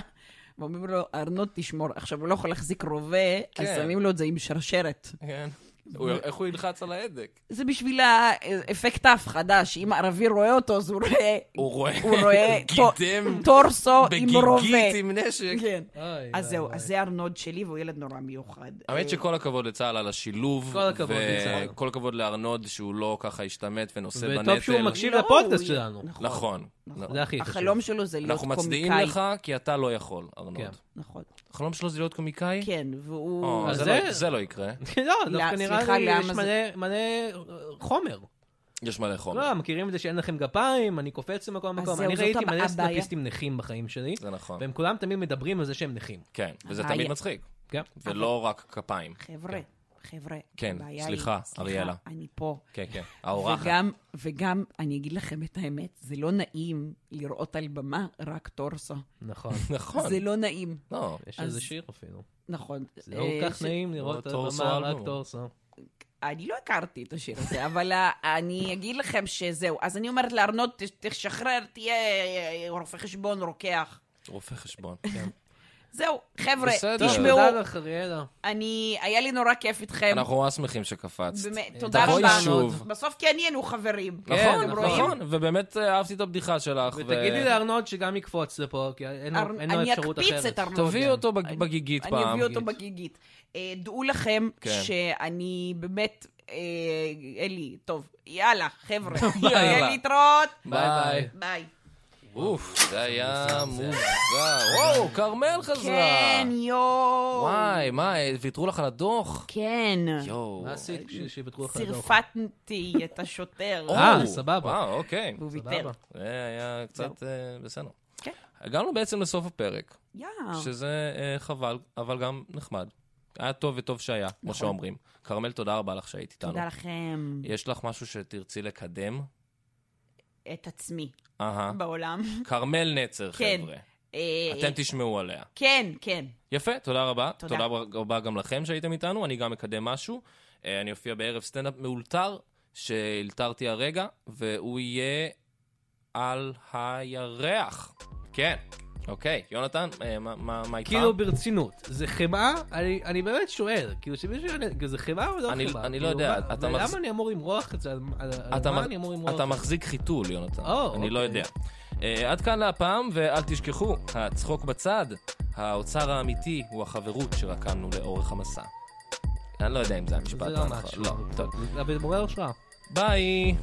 Speaker 4: ואומרים לו, ארנוד תשמור. עכשיו, הוא לא יכול להחזיק רובה, אז
Speaker 2: כן.
Speaker 4: שמים לו את זה עם שרשרת.
Speaker 2: כן. הוא- איך הוא ילחץ על ההדק?
Speaker 4: זה בשביל האפקט ההפחדה, שאם ערבי רואה אותו, אז הוא רואה...
Speaker 2: הוא רואה
Speaker 4: הוא רואה טו-
Speaker 2: גידם
Speaker 4: טורסו עם רובה.
Speaker 2: בגיגית עם נשק.
Speaker 4: כן.
Speaker 3: אוי,
Speaker 4: אז
Speaker 3: אוי,
Speaker 4: זהו,
Speaker 3: אוי.
Speaker 4: אז זה ארנוד שלי, והוא ילד נורא מיוחד.
Speaker 2: האמת שכל הכבוד לצה"ל על השילוב.
Speaker 3: כל הכבוד
Speaker 2: ו-
Speaker 3: לצה"ל.
Speaker 2: כל הכבוד לארנוד שהוא לא ככה השתמט ונושא בנטל.
Speaker 3: וטוב שהוא מקשיב
Speaker 4: לא,
Speaker 3: לפודקאסט
Speaker 4: הוא-
Speaker 3: שלנו.
Speaker 2: נכון.
Speaker 4: נכון.
Speaker 3: זה הכי חשוב.
Speaker 4: החלום שלו זה להיות
Speaker 2: אנחנו
Speaker 4: קומיקאי.
Speaker 2: מצדיעים לך כי אתה לא יכול,
Speaker 3: כן.
Speaker 2: ארנוד.
Speaker 4: נכון.
Speaker 2: החלום שלו זה להיות קומיקאי?
Speaker 4: כן, והוא...
Speaker 2: או,
Speaker 3: אה, אז
Speaker 2: זה
Speaker 3: זה-
Speaker 2: לא- זה לא יקרה.
Speaker 3: לא, דווקא נראה
Speaker 4: סליחה,
Speaker 3: לי יש
Speaker 4: למה
Speaker 3: מלא- מלא אה, חומר.
Speaker 2: יש מלא חומר.
Speaker 3: לא, מכירים את זה שאין לכם גפיים, אני קופץ ממקום
Speaker 4: אז
Speaker 3: למקום.
Speaker 4: זהו,
Speaker 3: אני
Speaker 4: זאת
Speaker 3: ראיתי
Speaker 4: הבע-
Speaker 3: מלא
Speaker 4: הבעיה.
Speaker 3: סטנדאפיסטים נכים בחיים שלי,
Speaker 2: זה נכון.
Speaker 3: והם כולם תמיד מדברים על זה שהם נכים.
Speaker 2: כן, וזה
Speaker 4: הבעיה-
Speaker 2: תמיד מצחיק.
Speaker 3: כן?
Speaker 2: ולא רק כפיים.
Speaker 4: חבר'ה, חבר'ה,
Speaker 2: כן,
Speaker 4: הבעיה
Speaker 2: סליחה,
Speaker 4: היא,
Speaker 2: אריאלה.
Speaker 4: סליחה, אני פה.
Speaker 2: כן, כן. האורחת.
Speaker 4: וגם, וגם, אני אגיד לכם את האמת, זה לא נעים לראות על במה רק טורסו.
Speaker 3: נכון.
Speaker 2: נכון.
Speaker 4: זה לא נעים,
Speaker 2: לא.
Speaker 3: יש
Speaker 4: אז-
Speaker 3: איזה שיר אפילו.
Speaker 4: נכון.
Speaker 3: זה לא
Speaker 4: אה,
Speaker 3: כל כך
Speaker 4: ש-
Speaker 3: נעים לראות על
Speaker 2: טורסו
Speaker 3: הבמה
Speaker 2: אלבום.
Speaker 3: רק טורסו.
Speaker 4: אני לא הכרתי את השיר הזה, אבל אה, אני אגיד לכם שזהו. אז אני אומרת לארנוד, "ת- תשחרר, תהיה אה, רופא חשבון, רוקח.
Speaker 2: רופא חשבון.
Speaker 4: זהו, חבר'ה,
Speaker 2: בסדר.
Speaker 4: תשמעו,
Speaker 3: תודה לך, אריאלה.
Speaker 4: אני, היה לי נורא כיף איתכם.
Speaker 2: אנחנו ממש שמחים שקפצת.
Speaker 4: באמת, תודה
Speaker 2: תבואי
Speaker 4: רבה.
Speaker 2: שוב.
Speaker 4: בסוף כן נהיינו חברים.
Speaker 2: נכון,
Speaker 4: אתם רואים?
Speaker 2: נכון, ובאמת אה, אהבתי את הבדיחה שלך. ו-
Speaker 3: ותגידי לארנוד שגם יקפוץ לפה, כי אין לו-
Speaker 4: אר-
Speaker 3: אין לו
Speaker 4: אני
Speaker 3: אפשרות אחרת.
Speaker 4: אקפיץ את ארנוד.
Speaker 2: תביאי
Speaker 4: כן.
Speaker 2: אותו בג- בגיגית פעם.
Speaker 4: אני אביא אותו בגיגית. אה, דעו לכם
Speaker 2: כן.
Speaker 4: שאני באמת, אה, אין לי, טוב, יאללה, חבר'ה.
Speaker 2: יאללה.
Speaker 4: להתראות.
Speaker 2: ביי ביי.
Speaker 4: ביי.
Speaker 2: אוף, זה היה מוזר. וואו, כרמל חזרה.
Speaker 4: כן, יואו.
Speaker 2: וואי, מה, ויתרו לך על הדוח?
Speaker 4: כן.
Speaker 2: יואו.
Speaker 3: מה עשית כששיבטרו לך לדוח?
Speaker 4: צירפתי את השוטר.
Speaker 2: או,
Speaker 3: אה, סבבה.
Speaker 2: וואו, אוקיי.
Speaker 4: והוא ויתר.
Speaker 3: סבבה.
Speaker 2: זה היה קצת אה, בסדר.
Speaker 4: כן.
Speaker 2: הגענו בעצם לסוף הפרק,
Speaker 4: יואו.
Speaker 2: שזה אה, חבל, אבל גם נחמד. היה טוב וטוב שהיה, כמו שאומרים. כרמל, תודה רבה לך שהיית איתנו.
Speaker 4: נכון. תודה לכם.
Speaker 2: יש לך משהו שתרצי לקדם?
Speaker 4: את עצמי
Speaker 2: אהה.
Speaker 4: בעולם.
Speaker 2: כרמל נצר,
Speaker 4: כן.
Speaker 2: חבר'ה.
Speaker 4: אה,
Speaker 2: אה? אתם תשמעו עליה.
Speaker 4: כן, כן.
Speaker 2: יפה, תודה רבה.
Speaker 4: תודה.
Speaker 2: תודה רבה גם לכם שהייתם איתנו, אני גם מקדם משהו. אה, אני אופיע בערב סטנדאפ מאולתר, שהלתרתי הרגע, והוא יהיה על הירח. כן, אוקיי. יונתן, אה, מה- מה מה איתך?
Speaker 3: כאילו ברצינות, זה חמאה? אני, אני באמת שואל, כאילו שמישהו יענה, כאילו, זה חמאה או לא
Speaker 2: אני-
Speaker 3: חמאה?
Speaker 2: אני לא
Speaker 3: כאילו,
Speaker 2: יודע,
Speaker 3: מה-
Speaker 2: אתה
Speaker 3: ולמה
Speaker 2: מחז-
Speaker 3: אני אמור למרוח את זה? על, על,
Speaker 2: אתה
Speaker 3: על מה
Speaker 2: מח-
Speaker 3: אני אמור למרוח?
Speaker 2: אתה מחזיק חיתול, יונתן.
Speaker 3: או,
Speaker 2: אני לא
Speaker 3: אוקיי.
Speaker 2: יודע. אה, עד כאן להפעם, ואל תשכחו, הצחוק בצד, האוצר האמיתי הוא החברות שרקמנו לאורך המסע. אני לא יודע אם זה המשפט
Speaker 3: זה לא
Speaker 2: הנכון.
Speaker 3: משהו.
Speaker 2: לא, טוב.
Speaker 3: אבל זה מעורר השראה.
Speaker 2: ביי!